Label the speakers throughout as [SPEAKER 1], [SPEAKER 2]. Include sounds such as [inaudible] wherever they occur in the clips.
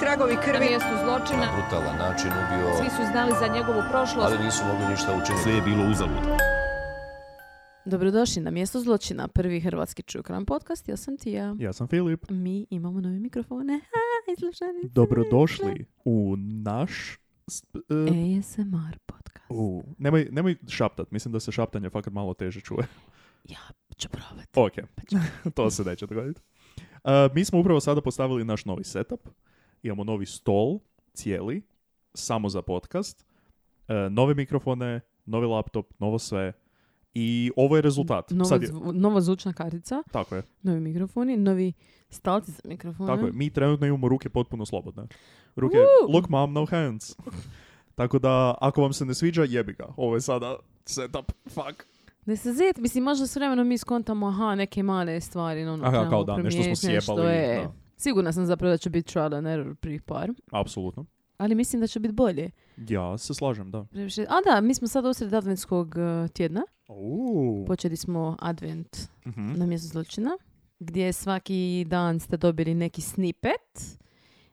[SPEAKER 1] tragovi
[SPEAKER 2] Na
[SPEAKER 1] krvi.
[SPEAKER 2] mjestu zločina.
[SPEAKER 3] brutalan način
[SPEAKER 2] Svi
[SPEAKER 3] ubio,
[SPEAKER 2] su znali za njegovu prošlost.
[SPEAKER 3] ali nisu mogli ništa učiniti.
[SPEAKER 4] Sve je bilo uzalud.
[SPEAKER 5] Dobrodošli na mjesto zločina, prvi hrvatski čukran podcast, ja sam Tija.
[SPEAKER 4] Ja sam Filip.
[SPEAKER 5] Mi imamo nove mikrofone, ha, izlušani.
[SPEAKER 4] Dobrodošli u naš... sp- e,
[SPEAKER 5] ASMR podcast.
[SPEAKER 4] u, nemoj, nemoj šaptat, mislim da se šaptanje fakat malo teže čuje. [laughs]
[SPEAKER 5] Ja ću probati.
[SPEAKER 4] Ok,
[SPEAKER 5] Pa ću.
[SPEAKER 4] to se neće dogoditi. E, mi smo upravo sada postavili naš novi setup. Imamo novi stol, cijeli, samo za podcast. E, nove mikrofone, novi laptop, novo sve. I ovo je rezultat.
[SPEAKER 5] Nova,
[SPEAKER 4] Sad je,
[SPEAKER 5] zvu- nova zvučna kartica,
[SPEAKER 4] tako je,
[SPEAKER 5] novi mikrofoni, novi stalci za mikrofone.
[SPEAKER 4] tako je. Mi trenutno imamo ruke potpuno slobodne. Ruke,
[SPEAKER 5] Uuu.
[SPEAKER 4] look mom, no [laughs] hands. Tako da, ako vam se ne sviđa, jebi ga. Ovo je sada setup, fuck.
[SPEAKER 5] Ne se zet, mislim, možda s vremenom mi skontamo, aha, neke male stvari, no, ono,
[SPEAKER 4] Aha,
[SPEAKER 5] trebamo
[SPEAKER 4] kao da, nešto smo
[SPEAKER 5] promijeniti, nešto
[SPEAKER 4] sjebali,
[SPEAKER 5] je.
[SPEAKER 4] da.
[SPEAKER 5] Sigurna sam zapravo da će biti trial and error pri par,
[SPEAKER 4] Apsolutno.
[SPEAKER 5] ali mislim da će biti bolje.
[SPEAKER 4] Ja se slažem, da.
[SPEAKER 5] Previše- A da, mi smo sada usred adventskog eh, tjedna.
[SPEAKER 4] Uuu. Mhm.
[SPEAKER 5] Počeli smo advent na mjestu zločina, gdje svaki dan ste dobili neki snippet,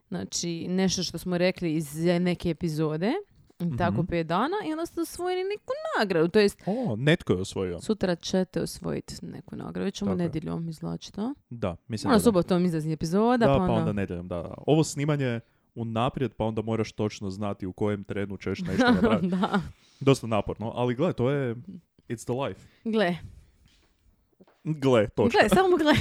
[SPEAKER 5] znači nešto što smo rekli iz neke epizode, i tako
[SPEAKER 4] Mhm.
[SPEAKER 5] pet dana, i onda ste osvojili neku nagradu, to jest
[SPEAKER 4] O, netko je osvojio.
[SPEAKER 5] sutra ćete osvojiti neku nagradu, ćemo
[SPEAKER 4] Tako je.
[SPEAKER 5] nedjeljom izlačiti, to.
[SPEAKER 4] Da, mislim da.
[SPEAKER 5] Ono,
[SPEAKER 4] da.
[SPEAKER 5] subotom izlazi epizoda,
[SPEAKER 4] da,
[SPEAKER 5] pa onda... [laughs]
[SPEAKER 4] nedjeljom, da. Ovo snimanje unaprijed, pa onda moraš točno znati u kojem trenu ćeš nešto [laughs] napraviti.
[SPEAKER 5] da.
[SPEAKER 4] Dosta naporno, ali gle, to je... It's the life.
[SPEAKER 5] Gle,
[SPEAKER 4] Gle, [laughs] točno.
[SPEAKER 5] gle, samo gle.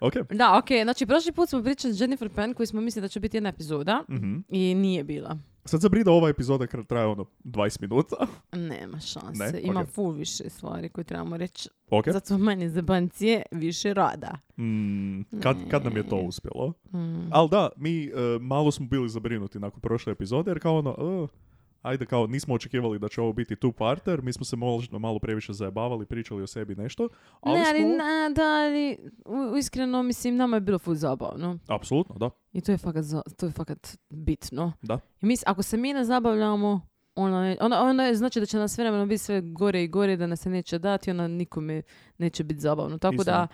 [SPEAKER 4] Ok.
[SPEAKER 5] Da, okej, znači prošli put smo pričali s Jennifer Penn koji smo mislili da će biti jedna epizoda
[SPEAKER 4] Mhm.
[SPEAKER 5] i nije bila.
[SPEAKER 4] Sad zabri da ova epizoda kr- traje ono 20 minuta. [laughs]
[SPEAKER 5] Nema šanse.
[SPEAKER 4] Ne?
[SPEAKER 5] Ima
[SPEAKER 4] Ok.
[SPEAKER 5] full više stvari koje trebamo reći.
[SPEAKER 4] Ok.
[SPEAKER 5] Zato manje zabancije, više rada.
[SPEAKER 4] Mm, kad, kad nam je to uspjelo?
[SPEAKER 5] Mm.
[SPEAKER 4] Ali da, mi e, malo smo bili zabrinuti nakon prošle epizode, jer kao ono, e, ajde kao, nismo očekivali da će ovo biti two-parter, mi smo se možda malo previše zajebavali, pričali o sebi nešto, ali,
[SPEAKER 5] ne, ali,
[SPEAKER 4] smo...
[SPEAKER 5] na, da, ali u- iskreno, mislim, nama je bilo full zabavno.
[SPEAKER 4] Apsolutno, da.
[SPEAKER 5] I to je fakat, za- to je fakat bitno.
[SPEAKER 4] Da.
[SPEAKER 5] I mis, ako se mi ne zabavljamo, onda, ne- onda, onda je znači da će nas vremenom biti sve gore i gore, da nas se neće dati, onda nikome neće biti zabavno. Tako
[SPEAKER 4] Istina.
[SPEAKER 5] da,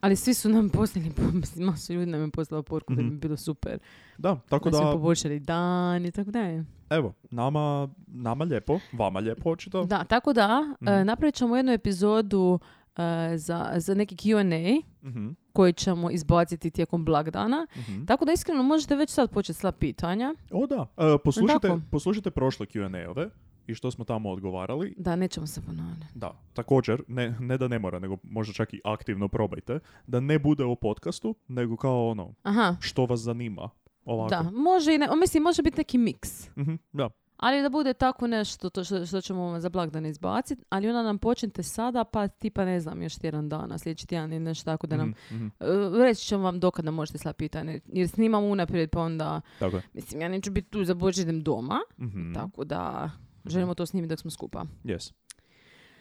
[SPEAKER 5] ali svi su nam poslali, [laughs] mislim, masu ljudi nam je poslalo porku da
[SPEAKER 4] Mhm.
[SPEAKER 5] bi bilo super.
[SPEAKER 4] Da, tako
[SPEAKER 5] Da, smo
[SPEAKER 4] da,
[SPEAKER 5] poboljšali dan i tako dalje.
[SPEAKER 4] evo, nama, nama lijepo, vama lijepo [laughs] očito.
[SPEAKER 5] Da, tako da,
[SPEAKER 4] Mhm.
[SPEAKER 5] e, napravit ćemo jednu epizodu e, za, za neki Q&A
[SPEAKER 4] Mhm,
[SPEAKER 5] koji ćemo izbaciti tijekom blagdana.
[SPEAKER 4] mhm.
[SPEAKER 5] Tako da iskreno možete već sad početi sla pitanja.
[SPEAKER 4] O da, e, poslušajte,
[SPEAKER 5] Tako.
[SPEAKER 4] poslušajte prošle Q&A-ove i što smo tamo odgovarali
[SPEAKER 5] Da, nećemo se ponavljati.
[SPEAKER 4] Da, također, ne, ne da ne mora, nego možda čak i aktivno probajte, da ne bude o podcastu, nego kao ono,
[SPEAKER 5] Aha,
[SPEAKER 4] što vas zanima. Ovako.
[SPEAKER 5] da, može i ne, o, mislim, može biti neki miks.
[SPEAKER 4] Mhm, da.
[SPEAKER 5] Ali da bude tako nešto to što, što ćemo vam za blagdane izbaciti, ali onda nam počnite sada, pa tipa ne znam, još tjedan dana, sljedeći tjedan ili nešto tako da nam...
[SPEAKER 4] Mhm, mhm,
[SPEAKER 5] E, Reći ćemo vam dokad nam možete sla pitanje, jer snimamo unaprijed pa onda,
[SPEAKER 4] Tako je.
[SPEAKER 5] mislim, ja neću biti tu za Božić, idem doma,
[SPEAKER 4] Mhm,
[SPEAKER 5] Tako da želimo to snimiti dok smo skupa.
[SPEAKER 4] Yes.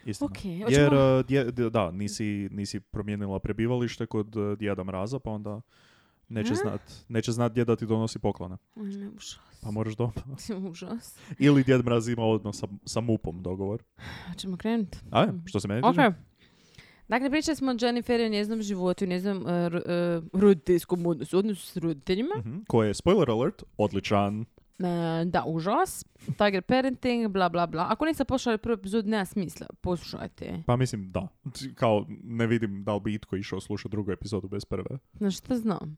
[SPEAKER 4] Istina.
[SPEAKER 5] Ok,
[SPEAKER 4] Jer, e, dje- d- da, nisi, nisi promijenila prebivalište kod e, djeda mraza, pa onda neće
[SPEAKER 5] A?
[SPEAKER 4] znat, neće znat gdje da ti donosi poklone.
[SPEAKER 5] Ne,
[SPEAKER 4] Pa moraš doma. [laughs]
[SPEAKER 5] užas. [laughs] Užas.
[SPEAKER 4] Ili djed mraz ima odnos sa, sa MUP-om dogovor.
[SPEAKER 5] Hoćemo krenuti.
[SPEAKER 4] A, što se mene
[SPEAKER 5] Mhm. Ok.
[SPEAKER 4] tiče?
[SPEAKER 5] Dakle, pričali smo o Jennifer i o njezinom životu i njezinom e, ro- e, roditeljskom odnosu, odnosu s roditeljima.
[SPEAKER 4] Mhm, Koje je, spoiler alert, odličan.
[SPEAKER 5] E, da, užas. Tiger parenting, bla, bla, bla. Ako niste pošali prvi epizod, nema smisla. Poslušajte.
[SPEAKER 4] Pa mislim, da. Kao, ne vidim da li bi itko išao slušati drugu epizodu bez prve.
[SPEAKER 5] Na šta
[SPEAKER 4] [laughs]
[SPEAKER 5] znam?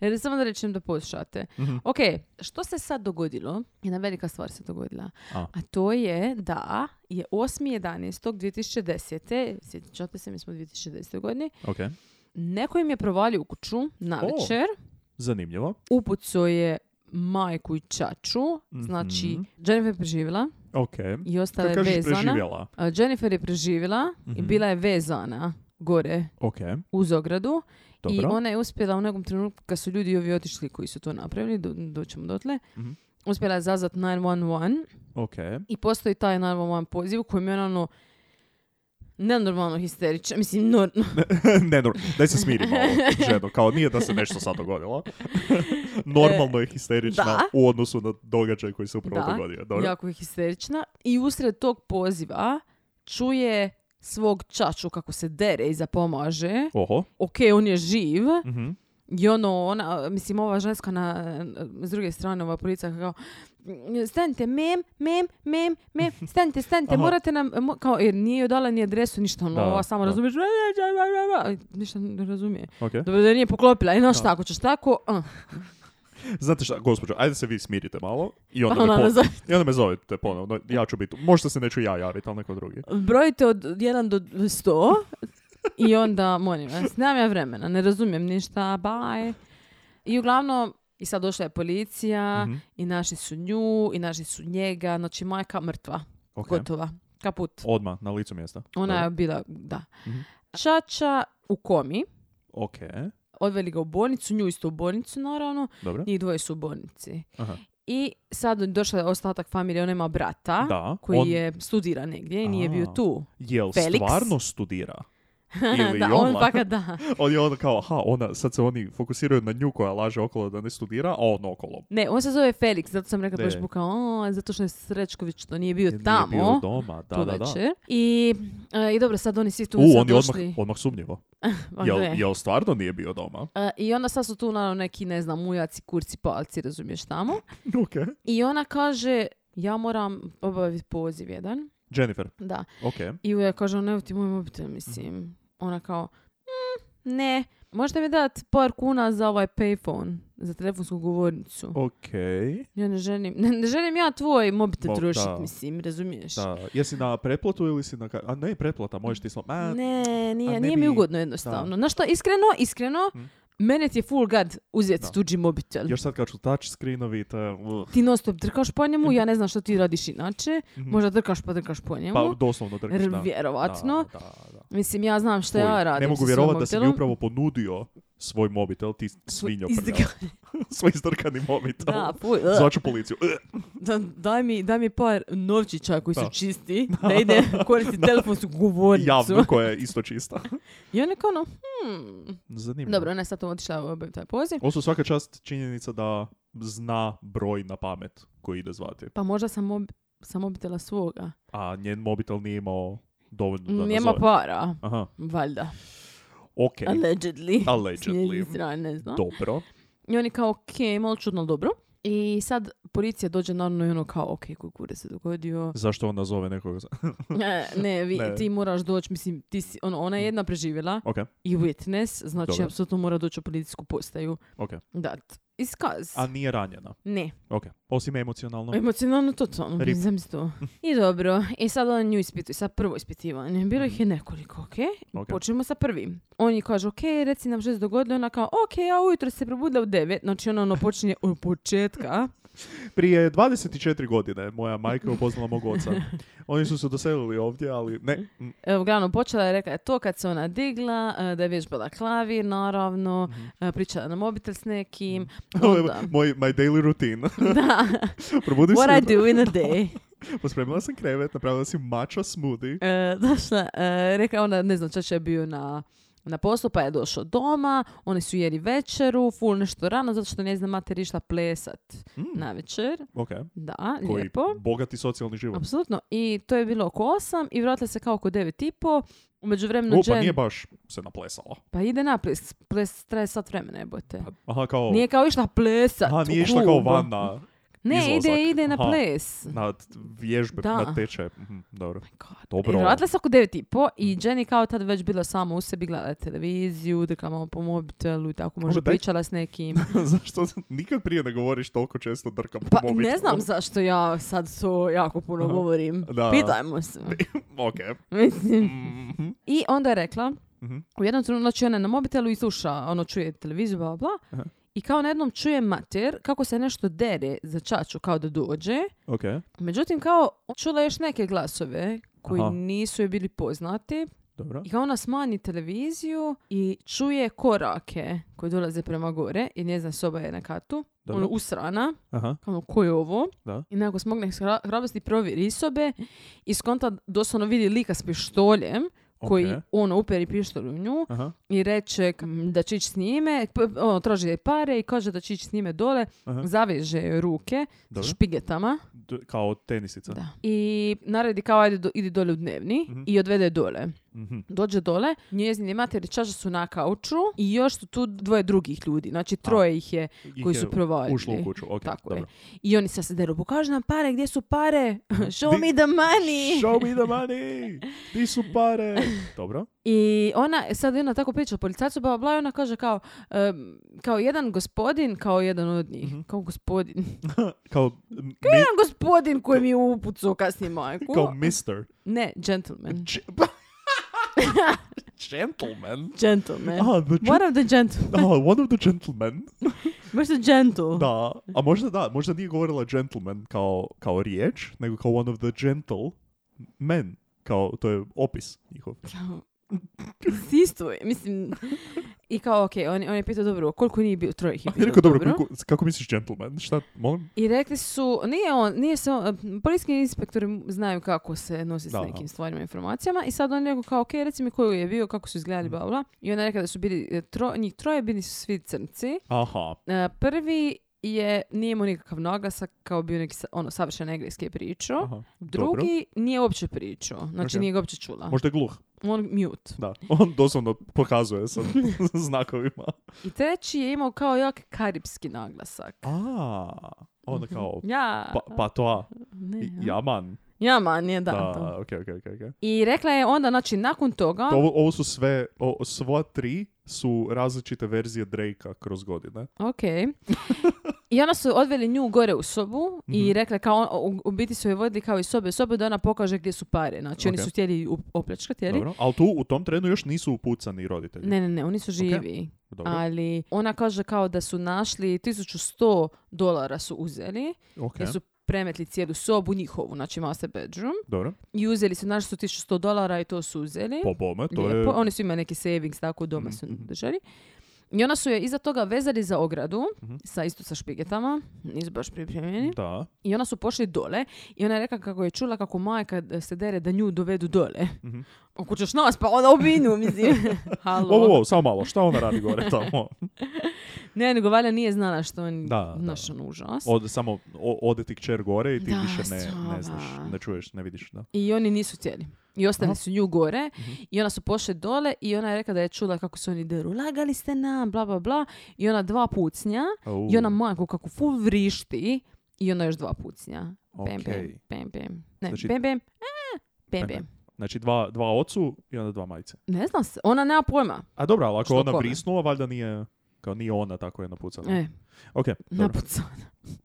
[SPEAKER 5] Jer samo da rečem da poslušate.
[SPEAKER 4] Mhm.
[SPEAKER 5] Ok, što se sad dogodilo? Jedna velika stvar se dogodila.
[SPEAKER 4] A.
[SPEAKER 5] to je da je 8.11.2010. Sjećate se, mi smo u 2010. godini.
[SPEAKER 4] Ok.
[SPEAKER 5] Neko im je provalio u kuću na
[SPEAKER 4] O.
[SPEAKER 5] večer.
[SPEAKER 4] Zanimljivo.
[SPEAKER 5] Upucao je majku i čaču. Znači,
[SPEAKER 4] Mhm.
[SPEAKER 5] Jennifer je preživjela
[SPEAKER 4] Ok.
[SPEAKER 5] i ostala
[SPEAKER 4] Kad
[SPEAKER 5] je
[SPEAKER 4] kažeš
[SPEAKER 5] vezana.
[SPEAKER 4] preživjela.
[SPEAKER 5] A, Jennifer je preživjela i
[SPEAKER 4] Mhm.
[SPEAKER 5] bila je vezana gore
[SPEAKER 4] Ok.
[SPEAKER 5] uz ogradu. I
[SPEAKER 4] Dobro.
[SPEAKER 5] ona je uspjela u nekom trenutku kad su ljudi ovi otišli koji su to napravili, do, doćemo dotle,
[SPEAKER 4] Mhm.
[SPEAKER 5] uspjela je zazvat 911
[SPEAKER 4] Ok. [laughs]
[SPEAKER 5] i postoji taj 911 poziv u kojem je ona ono nenormalno histerična, mislim, nor- [laughs]
[SPEAKER 4] ne, dobro. Daj se smiri malo, ženo. Kao nije da se nešto sad
[SPEAKER 5] [laughs]
[SPEAKER 4] dogodilo. Normalno je histerična
[SPEAKER 5] E, da.
[SPEAKER 4] u odnosu na događaj koji se upravo
[SPEAKER 5] Da.
[SPEAKER 4] dogodio. Dobro.
[SPEAKER 5] jako je histerična i usred tog poziva čuje svog čaču kako se dere i zapomaže.
[SPEAKER 4] Oho.
[SPEAKER 5] Ok, on je živ,
[SPEAKER 4] Mhm.
[SPEAKER 5] I ono, ona, mislim, ova ženska na, s druge strane, ova policija kao, stanite, mem, mem, mem,
[SPEAKER 4] [laughs]
[SPEAKER 5] mem, stanite, stanite,
[SPEAKER 4] Aha.
[SPEAKER 5] morate nam, mo- kao, jer nije joj dala ni adresu, ništa, ono,
[SPEAKER 4] Da,
[SPEAKER 5] ova samo
[SPEAKER 4] da.
[SPEAKER 5] razumiješ, ništa ne razumije.
[SPEAKER 4] Ok.
[SPEAKER 5] Dobro da nije poklopila, i znaš
[SPEAKER 4] Da.
[SPEAKER 5] šta, ako ćeš tako, a,
[SPEAKER 4] Znate šta, gospođo, ajde se vi smirite malo i onda,
[SPEAKER 5] pa [laughs] ona
[SPEAKER 4] me, po-
[SPEAKER 5] nazove.
[SPEAKER 4] i onda me zovete ponovno. Ja ću biti, možda se neću ja javiti, ali neko drugi.
[SPEAKER 5] Brojite od 1 do 100 i onda, molim vas, nemam ja vremena, ne razumijem ništa, bye. I uglavnom, i sad došla je policija,
[SPEAKER 4] Mhm.
[SPEAKER 5] i naši su nju, i naši su njega, znači majka mrtva,
[SPEAKER 4] Ok.
[SPEAKER 5] gotova, kaput.
[SPEAKER 4] Odmah, na licu mjesta.
[SPEAKER 5] Ona
[SPEAKER 4] Dobro.
[SPEAKER 5] je bila, da.
[SPEAKER 4] Mhm.
[SPEAKER 5] Čača u komi,
[SPEAKER 4] Ok,
[SPEAKER 5] odveli ga u bolnicu, nju isto u bolnicu naravno,
[SPEAKER 4] dobro.
[SPEAKER 5] njih dvoje su u bolnici.
[SPEAKER 4] Aha.
[SPEAKER 5] I sad došla je ostatak familije, ona ima brata
[SPEAKER 4] Da,
[SPEAKER 5] koji
[SPEAKER 4] on-
[SPEAKER 5] je studira negdje i nije bio
[SPEAKER 4] A.
[SPEAKER 5] tu.
[SPEAKER 4] Jel
[SPEAKER 5] Felix?
[SPEAKER 4] stvarno studira? Ili
[SPEAKER 5] [laughs] da,
[SPEAKER 4] i
[SPEAKER 5] on
[SPEAKER 4] ona?
[SPEAKER 5] fakat da.
[SPEAKER 4] [laughs] On je onda kao, aha, ona, sad se oni fokusiraju na nju koja laže okolo da ne studira, a on okolo.
[SPEAKER 5] Ne, on se zove Felix, zato sam rekla
[SPEAKER 4] Ne.
[SPEAKER 5] baš buka, "A, zato što je Srećković što nije bio
[SPEAKER 4] Jer nije
[SPEAKER 5] tamo.
[SPEAKER 4] bio doma, da,
[SPEAKER 5] tu
[SPEAKER 4] da, da.
[SPEAKER 5] večer. I, e, I dobro, sad oni svi tu
[SPEAKER 4] U,
[SPEAKER 5] sad
[SPEAKER 4] on je odmah,
[SPEAKER 5] došli. Pa
[SPEAKER 4] odmah sumnjivo.
[SPEAKER 5] Ma
[SPEAKER 4] Jel,
[SPEAKER 5] ne.
[SPEAKER 4] jel stvarno nije bio doma?
[SPEAKER 5] E, I onda sad su tu naravno neki, ne znam, mujaci, kurci, palci, razumiješ tamo.
[SPEAKER 4] Ok.
[SPEAKER 5] I ona kaže, ja moram obaviti poziv jedan.
[SPEAKER 4] Jennifer,
[SPEAKER 5] Da.
[SPEAKER 4] ok.
[SPEAKER 5] I uvijek kaže, ne, ti moj mobitel, mislim. Ona kao, "Mm, ne, možete mi dati par kuna za ovaj payphone, za telefonsku govornicu.
[SPEAKER 4] Ok,
[SPEAKER 5] Ja ne želim, [laughs] ne, ne želim ja tvoj mobitel
[SPEAKER 4] Mo-
[SPEAKER 5] trošit,
[SPEAKER 4] da.
[SPEAKER 5] mislim, razumiješ?
[SPEAKER 4] da. Jesi na pretplatu ili si na... ka- A ne, pretplata, možeš ti slom... A,
[SPEAKER 5] Ne, nije,
[SPEAKER 4] ne
[SPEAKER 5] nije mi
[SPEAKER 4] bi-
[SPEAKER 5] ugodno jednostavno. Znaš što, iskreno, iskreno,
[SPEAKER 4] Mm.
[SPEAKER 5] mene ti je full gad uzeti
[SPEAKER 4] Da.
[SPEAKER 5] tuđi mobitel.
[SPEAKER 4] Još sad kad ću touch screenovi, te... uh,
[SPEAKER 5] Ti non stop drkaš po
[SPEAKER 4] Hm.
[SPEAKER 5] njemu, ja ne znam što ti radiš inače.
[SPEAKER 4] Mhm.
[SPEAKER 5] Možda drkaš pa drkaš po njemu.
[SPEAKER 4] Pa doslovno drgiš,
[SPEAKER 5] R-
[SPEAKER 4] da.
[SPEAKER 5] Vjerovatno.
[SPEAKER 4] Da, da, da.
[SPEAKER 5] Mislim, ja znam što
[SPEAKER 4] Fuj,
[SPEAKER 5] ja radim
[SPEAKER 4] Ne mogu
[SPEAKER 5] sa svojim
[SPEAKER 4] vjerovati da si mi
[SPEAKER 5] mobitelom.
[SPEAKER 4] upravo ponudio svoj mobitel, ti svinjo prljava.
[SPEAKER 5] Izdga-
[SPEAKER 4] [laughs] svoj izdrkani mobitel.
[SPEAKER 5] [laughs] Da,
[SPEAKER 4] [laughs]
[SPEAKER 5] fuj, eh.
[SPEAKER 4] Zvaću policiju. Eh,
[SPEAKER 5] [laughs] Da, daj, mi, daj mi par novčića koji
[SPEAKER 4] Da.
[SPEAKER 5] su
[SPEAKER 4] [laughs]
[SPEAKER 5] čisti, da ide koristiti telefonsku govornicu.
[SPEAKER 4] Javno koja je isto čista.
[SPEAKER 5] I ona kao ono, hmm.
[SPEAKER 4] Zanimljivo.
[SPEAKER 5] Dobro, ona je sad otišla u obaviti taj poziv.
[SPEAKER 4] Ovo su svaka čast činjenica da zna broj na pamet koji ide zvati.
[SPEAKER 5] Pa možda sam, mob- sam mobitela svoga.
[SPEAKER 4] A njen mobitel nije imao dovoljno da
[SPEAKER 5] Nema
[SPEAKER 4] nazove.
[SPEAKER 5] para,
[SPEAKER 4] Aha,
[SPEAKER 5] valjda.
[SPEAKER 4] ok.
[SPEAKER 5] Allegedly. S njene
[SPEAKER 4] Allegedly.
[SPEAKER 5] strane, ne znam.
[SPEAKER 4] Dobro.
[SPEAKER 5] I oni kao, ok, malo čudno, dobro. I sad policija dođe naravno i ono kao, ok, kukure se dogodio.
[SPEAKER 4] Zašto on nazove nekoga? za-
[SPEAKER 5] E, ne, vi,
[SPEAKER 4] Ne.
[SPEAKER 5] ti moraš doći, mislim, ti si, ono, ona je jedna preživjela
[SPEAKER 4] Ok,
[SPEAKER 5] i witness, znači
[SPEAKER 4] Dobro.
[SPEAKER 5] apsolutno mora doći u policijsku postaju
[SPEAKER 4] ok.
[SPEAKER 5] dat iskaz.
[SPEAKER 4] A nije ranjena.
[SPEAKER 5] Ne,
[SPEAKER 4] Ok. Osim emocionalno.
[SPEAKER 5] emocionalno totalno,
[SPEAKER 4] Rip. [laughs]
[SPEAKER 5] zamisli to. I dobro, i sad on nju ispituje, sad prvo ispitivanje, bilo
[SPEAKER 4] Mm.
[SPEAKER 5] ih je nekoliko, ok?
[SPEAKER 4] Ok.
[SPEAKER 5] Počnemo sa prvim. Oni kažu, ok, reci nam što se dogodilo, ona kao, ok, ja ujutro se probudila u devet, znači ona ono počinje od početka.
[SPEAKER 4] Prije 24 godine moja majka je upoznala mog
[SPEAKER 5] [laughs]
[SPEAKER 4] oca. Oni su se doselili ovdje, ali ne. mm,
[SPEAKER 5] E, Uglavnom, počela je, rekla je to kad se ona digla, e, da je vježbala klavir, naravno,
[SPEAKER 4] Mhm.
[SPEAKER 5] e, pričala na mobitel s nekim, onda,
[SPEAKER 4] Moj, my daily
[SPEAKER 5] [laughs]
[SPEAKER 4] routine. [laughs]
[SPEAKER 5] da,
[SPEAKER 4] Probudim se
[SPEAKER 5] what I
[SPEAKER 4] jutro,
[SPEAKER 5] do in a day.
[SPEAKER 4] pospremila sam krevet, napravila si matcha smoothie.
[SPEAKER 5] E, došla, e, rekla je ona, ne znam, čača je bio na, na poslu, pa je došao doma, oni su jeli večeru, ful nešto rano, zato što ne znam, mater išla plesat
[SPEAKER 4] Mm,
[SPEAKER 5] na večer.
[SPEAKER 4] ok.
[SPEAKER 5] Da,
[SPEAKER 4] Koji
[SPEAKER 5] lijepo.
[SPEAKER 4] bogati socijalni život.
[SPEAKER 5] Apsolutno. I to je bilo oko 8 i vratila se kao oko 9 i po. Umeđu vremenu
[SPEAKER 4] O, pa
[SPEAKER 5] Jen...
[SPEAKER 4] nije baš se naplesala.
[SPEAKER 5] pa ide na ples. Ples traje sat vremena, jebote.
[SPEAKER 4] Aha, kao...
[SPEAKER 5] Nije kao išla plesat.
[SPEAKER 4] aha,
[SPEAKER 5] u
[SPEAKER 4] nije išla kao
[SPEAKER 5] klub.
[SPEAKER 4] van na,
[SPEAKER 5] Ne,
[SPEAKER 4] izlazak.
[SPEAKER 5] ide, ide na
[SPEAKER 4] Aha.
[SPEAKER 5] ples.
[SPEAKER 4] na vježbe,
[SPEAKER 5] Da. Oh
[SPEAKER 4] na tečaj. Mhm, dobro.
[SPEAKER 5] God.
[SPEAKER 4] Dobro.
[SPEAKER 5] I vratila se oko devet i po i Jen je kao tad već bila sama u sebi, gledala je televiziju, drkala malo po mobitelu i tako, možda
[SPEAKER 4] Dobro, daj-
[SPEAKER 5] pričala s
[SPEAKER 4] [laughs]
[SPEAKER 5] nekim.
[SPEAKER 4] Zašto nikad prije ne govoriš toliko često drkam po
[SPEAKER 5] Pa
[SPEAKER 4] mobitelu?
[SPEAKER 5] ne znam zašto ja sad to jako puno
[SPEAKER 4] Aha.
[SPEAKER 5] govorim.
[SPEAKER 4] Da. [laughs]
[SPEAKER 5] Pitajmo se.
[SPEAKER 4] ok.
[SPEAKER 5] [laughs] Mislim.
[SPEAKER 4] Mhm,
[SPEAKER 5] I onda je rekla,
[SPEAKER 4] mhm.
[SPEAKER 5] u jednom trenutku, znači ona je na mobitelu i sluša, ono čuje televiziju, bla, bla, bla.
[SPEAKER 4] Aha.
[SPEAKER 5] I kao na jednom čuje mater kako se nešto dere za čaču kao da dođe.
[SPEAKER 4] Ok.
[SPEAKER 5] Međutim, kao čula je još neke glasove koji
[SPEAKER 4] Aha.
[SPEAKER 5] nisu joj bili poznati.
[SPEAKER 4] Dobro.
[SPEAKER 5] I kao ona smanji televiziju i čuje korake koji dolaze prema gore i njezina soba je na katu.
[SPEAKER 4] Dobro.
[SPEAKER 5] Ono usrana,
[SPEAKER 4] Aha.
[SPEAKER 5] kao ono, ko je ovo?
[SPEAKER 4] Da.
[SPEAKER 5] I nekako smogne hra- hrabrosti provjeri iz sobe i skonta doslovno vidi lika s pištoljem koji
[SPEAKER 4] Ok.
[SPEAKER 5] ono uperi pištolj u nju
[SPEAKER 4] Aha.
[SPEAKER 5] i reče k- m, da će ići s njime, p- ono, traži je pare i kaže da će ići s njime dole,
[SPEAKER 4] Aha.
[SPEAKER 5] zaveže joj ruke
[SPEAKER 4] Dobro.
[SPEAKER 5] špigetama
[SPEAKER 4] D- kao tenisica.
[SPEAKER 5] da. i naredi kao ajde do- idi dolje u dnevni
[SPEAKER 4] Mhm.
[SPEAKER 5] i odvede je dole.
[SPEAKER 4] Mhm.
[SPEAKER 5] Dođe dole, njezini mater i čaša su na kauču i još su tu dvoje drugih ljudi. Znači troje ih je
[SPEAKER 4] Ih
[SPEAKER 5] koji
[SPEAKER 4] je
[SPEAKER 5] su provalili.
[SPEAKER 4] Ušlo u kuću, ok,
[SPEAKER 5] Tako
[SPEAKER 4] dobro.
[SPEAKER 5] je. I oni sad se deru, pokaži nam pare, gdje su pare? [laughs] Show
[SPEAKER 4] Di-
[SPEAKER 5] me the money!
[SPEAKER 4] Show me the money! Di su
[SPEAKER 5] [laughs]
[SPEAKER 4] pare? Dobro.
[SPEAKER 5] I ona, sad ona tako priča policajcu, bla, bla, bla, i ona kaže kao, em, kao jedan gospodin, kao jedan od njih.
[SPEAKER 4] Mhm.
[SPEAKER 5] Kao gospodin. [laughs]
[SPEAKER 4] Kao, mi-
[SPEAKER 5] Jedan gospodin koji mi je upucao kasnije majku.
[SPEAKER 4] kao mister.
[SPEAKER 5] Ne, gentleman. [laughs]
[SPEAKER 4] Ge- gentleman?
[SPEAKER 5] Mm. Gentleman.
[SPEAKER 4] Ah, the gen-
[SPEAKER 5] One of the gentlemen.
[SPEAKER 4] ah, one of the gentlemen.
[SPEAKER 5] Baš the gentle. [laughs]
[SPEAKER 4] Da. A možda da, možda nije govorila gentleman kao, kao riječ, nego kao one of the gentle men. Kao, to je opis njihov.
[SPEAKER 5] Kao, Sisto je, mislim. I kao, ok, on, on je pitao, dobro, koliko nije bilo, troje ih je
[SPEAKER 4] Ja bih
[SPEAKER 5] bilo,
[SPEAKER 4] rekao, dobro, koliko, kako misliš gentleman? Šta, molim?
[SPEAKER 5] I rekli su, nije on, nije se on, policijski inspektori znaju kako se nosi
[SPEAKER 4] Da,
[SPEAKER 5] s
[SPEAKER 4] da.
[SPEAKER 5] nekim stvarima i informacijama i sad on je rekao kao, ok, reci mi koji je bio, kako su
[SPEAKER 4] Mm.
[SPEAKER 5] izgledali, bla, bla. I ona je rekla da su bili, e, tro, njih troje bili su svi crnci.
[SPEAKER 4] Aha.
[SPEAKER 5] E, prvi je, nije imao nikakav naglasak, kao bio neki, sa- ono, savršen engleski je pričao.
[SPEAKER 4] aha. dobro.
[SPEAKER 5] Drugi nije uopće pričao, znači
[SPEAKER 4] Ok.
[SPEAKER 5] nije ga uopće čula.
[SPEAKER 4] Možda je gluh.
[SPEAKER 5] On mute.
[SPEAKER 4] Da. [laughs] On doslovno pokazuje sa [laughs] znakovima.
[SPEAKER 5] I treći je imao kao jak karipski naglasak. Mhm.
[SPEAKER 4] A, onda kao,
[SPEAKER 5] Ja,
[SPEAKER 4] pa, pa to a,
[SPEAKER 5] ne,
[SPEAKER 4] i- jaman.
[SPEAKER 5] ja man je, da. to.
[SPEAKER 4] ok, ok, ok. ok.
[SPEAKER 5] I rekla je onda, znači, nakon toga...
[SPEAKER 4] To, ovo, ovo su sve, o, sva tri su različite verzije Drake-a kroz godine.
[SPEAKER 5] Ok. [laughs] I onda su odveli nju gore u sobu
[SPEAKER 4] Mhm.
[SPEAKER 5] i rekla kao, on- u, u biti su je vodili kao iz sobe u sobu da ona pokaže gdje su pare. Znači oni
[SPEAKER 4] Ok.
[SPEAKER 5] su htjeli u- opljačkati, je li?
[SPEAKER 4] Dobro, ali tu u tom trenu još nisu upucani roditelji.
[SPEAKER 5] Ne, ne, ne, oni su živi.
[SPEAKER 4] Dobro,
[SPEAKER 5] Ali ona kaže kao da su našli 1100 dolara su uzeli,
[SPEAKER 4] ok,
[SPEAKER 5] jer su premetli cijelu sobu njihovu, znači master bedroom.
[SPEAKER 4] dobro.
[SPEAKER 5] I uzeli su, našli su 1100 dolara i to su uzeli.
[SPEAKER 4] Po bome, to
[SPEAKER 5] Lijepo.
[SPEAKER 4] je... Mhm,
[SPEAKER 5] Oni su imali neki savings, tako doma su držali. I onda su je iza toga vezali za ogradu,
[SPEAKER 4] Mhm.
[SPEAKER 5] sa isto sa špigetama, nisu baš pripremljeni.
[SPEAKER 4] Da.
[SPEAKER 5] I onda su pošli dole i ona je rekla kako je čula kako majka d- se dere da nju dovedu dole.
[SPEAKER 4] Mhm.
[SPEAKER 5] Ako ćeš nas, pa onda obinu,
[SPEAKER 4] [laughs]
[SPEAKER 5] mislim.
[SPEAKER 4] O,
[SPEAKER 5] Halo.
[SPEAKER 4] o, o, samo malo, šta ona radi
[SPEAKER 5] [laughs]
[SPEAKER 4] gore tamo?
[SPEAKER 5] Ne, nego Valja nije znala što on,
[SPEAKER 4] Da,
[SPEAKER 5] naš
[SPEAKER 4] da.
[SPEAKER 5] ono užas.
[SPEAKER 4] Od, samo o- ode ti kćer gore i ti
[SPEAKER 5] Da,
[SPEAKER 4] više ne, ne znaš,
[SPEAKER 5] strava.
[SPEAKER 4] ne čuješ, ne vidiš, da.
[SPEAKER 5] I oni nisu htjeli. I
[SPEAKER 4] Aha.
[SPEAKER 5] ostali su nju gore
[SPEAKER 4] Mhm.
[SPEAKER 5] i ona su pošli dole i ona je rekla da je čula kako se oni deru. Lagali ste nam, bla, bla, bla. I ona dva pucnja.
[SPEAKER 4] Au,
[SPEAKER 5] I ona majku kako ful vrišti i ona još dva pucnja. Bam,
[SPEAKER 4] okej.
[SPEAKER 5] bam, bam, bam. Ne, E,
[SPEAKER 4] Znači-
[SPEAKER 5] bam, bam, a, bam,
[SPEAKER 4] Bam,
[SPEAKER 5] bam.
[SPEAKER 4] bam. Znači dva, dva ocu i onda dva majice.
[SPEAKER 5] Ne znam se, ona nema pojma.
[SPEAKER 4] A dobro, ali ako
[SPEAKER 5] Što
[SPEAKER 4] ona
[SPEAKER 5] kome?
[SPEAKER 4] brisnula, valjda nije, kao nije ona tako je napucala.
[SPEAKER 5] E,
[SPEAKER 4] Ok, dobro.
[SPEAKER 5] napucana.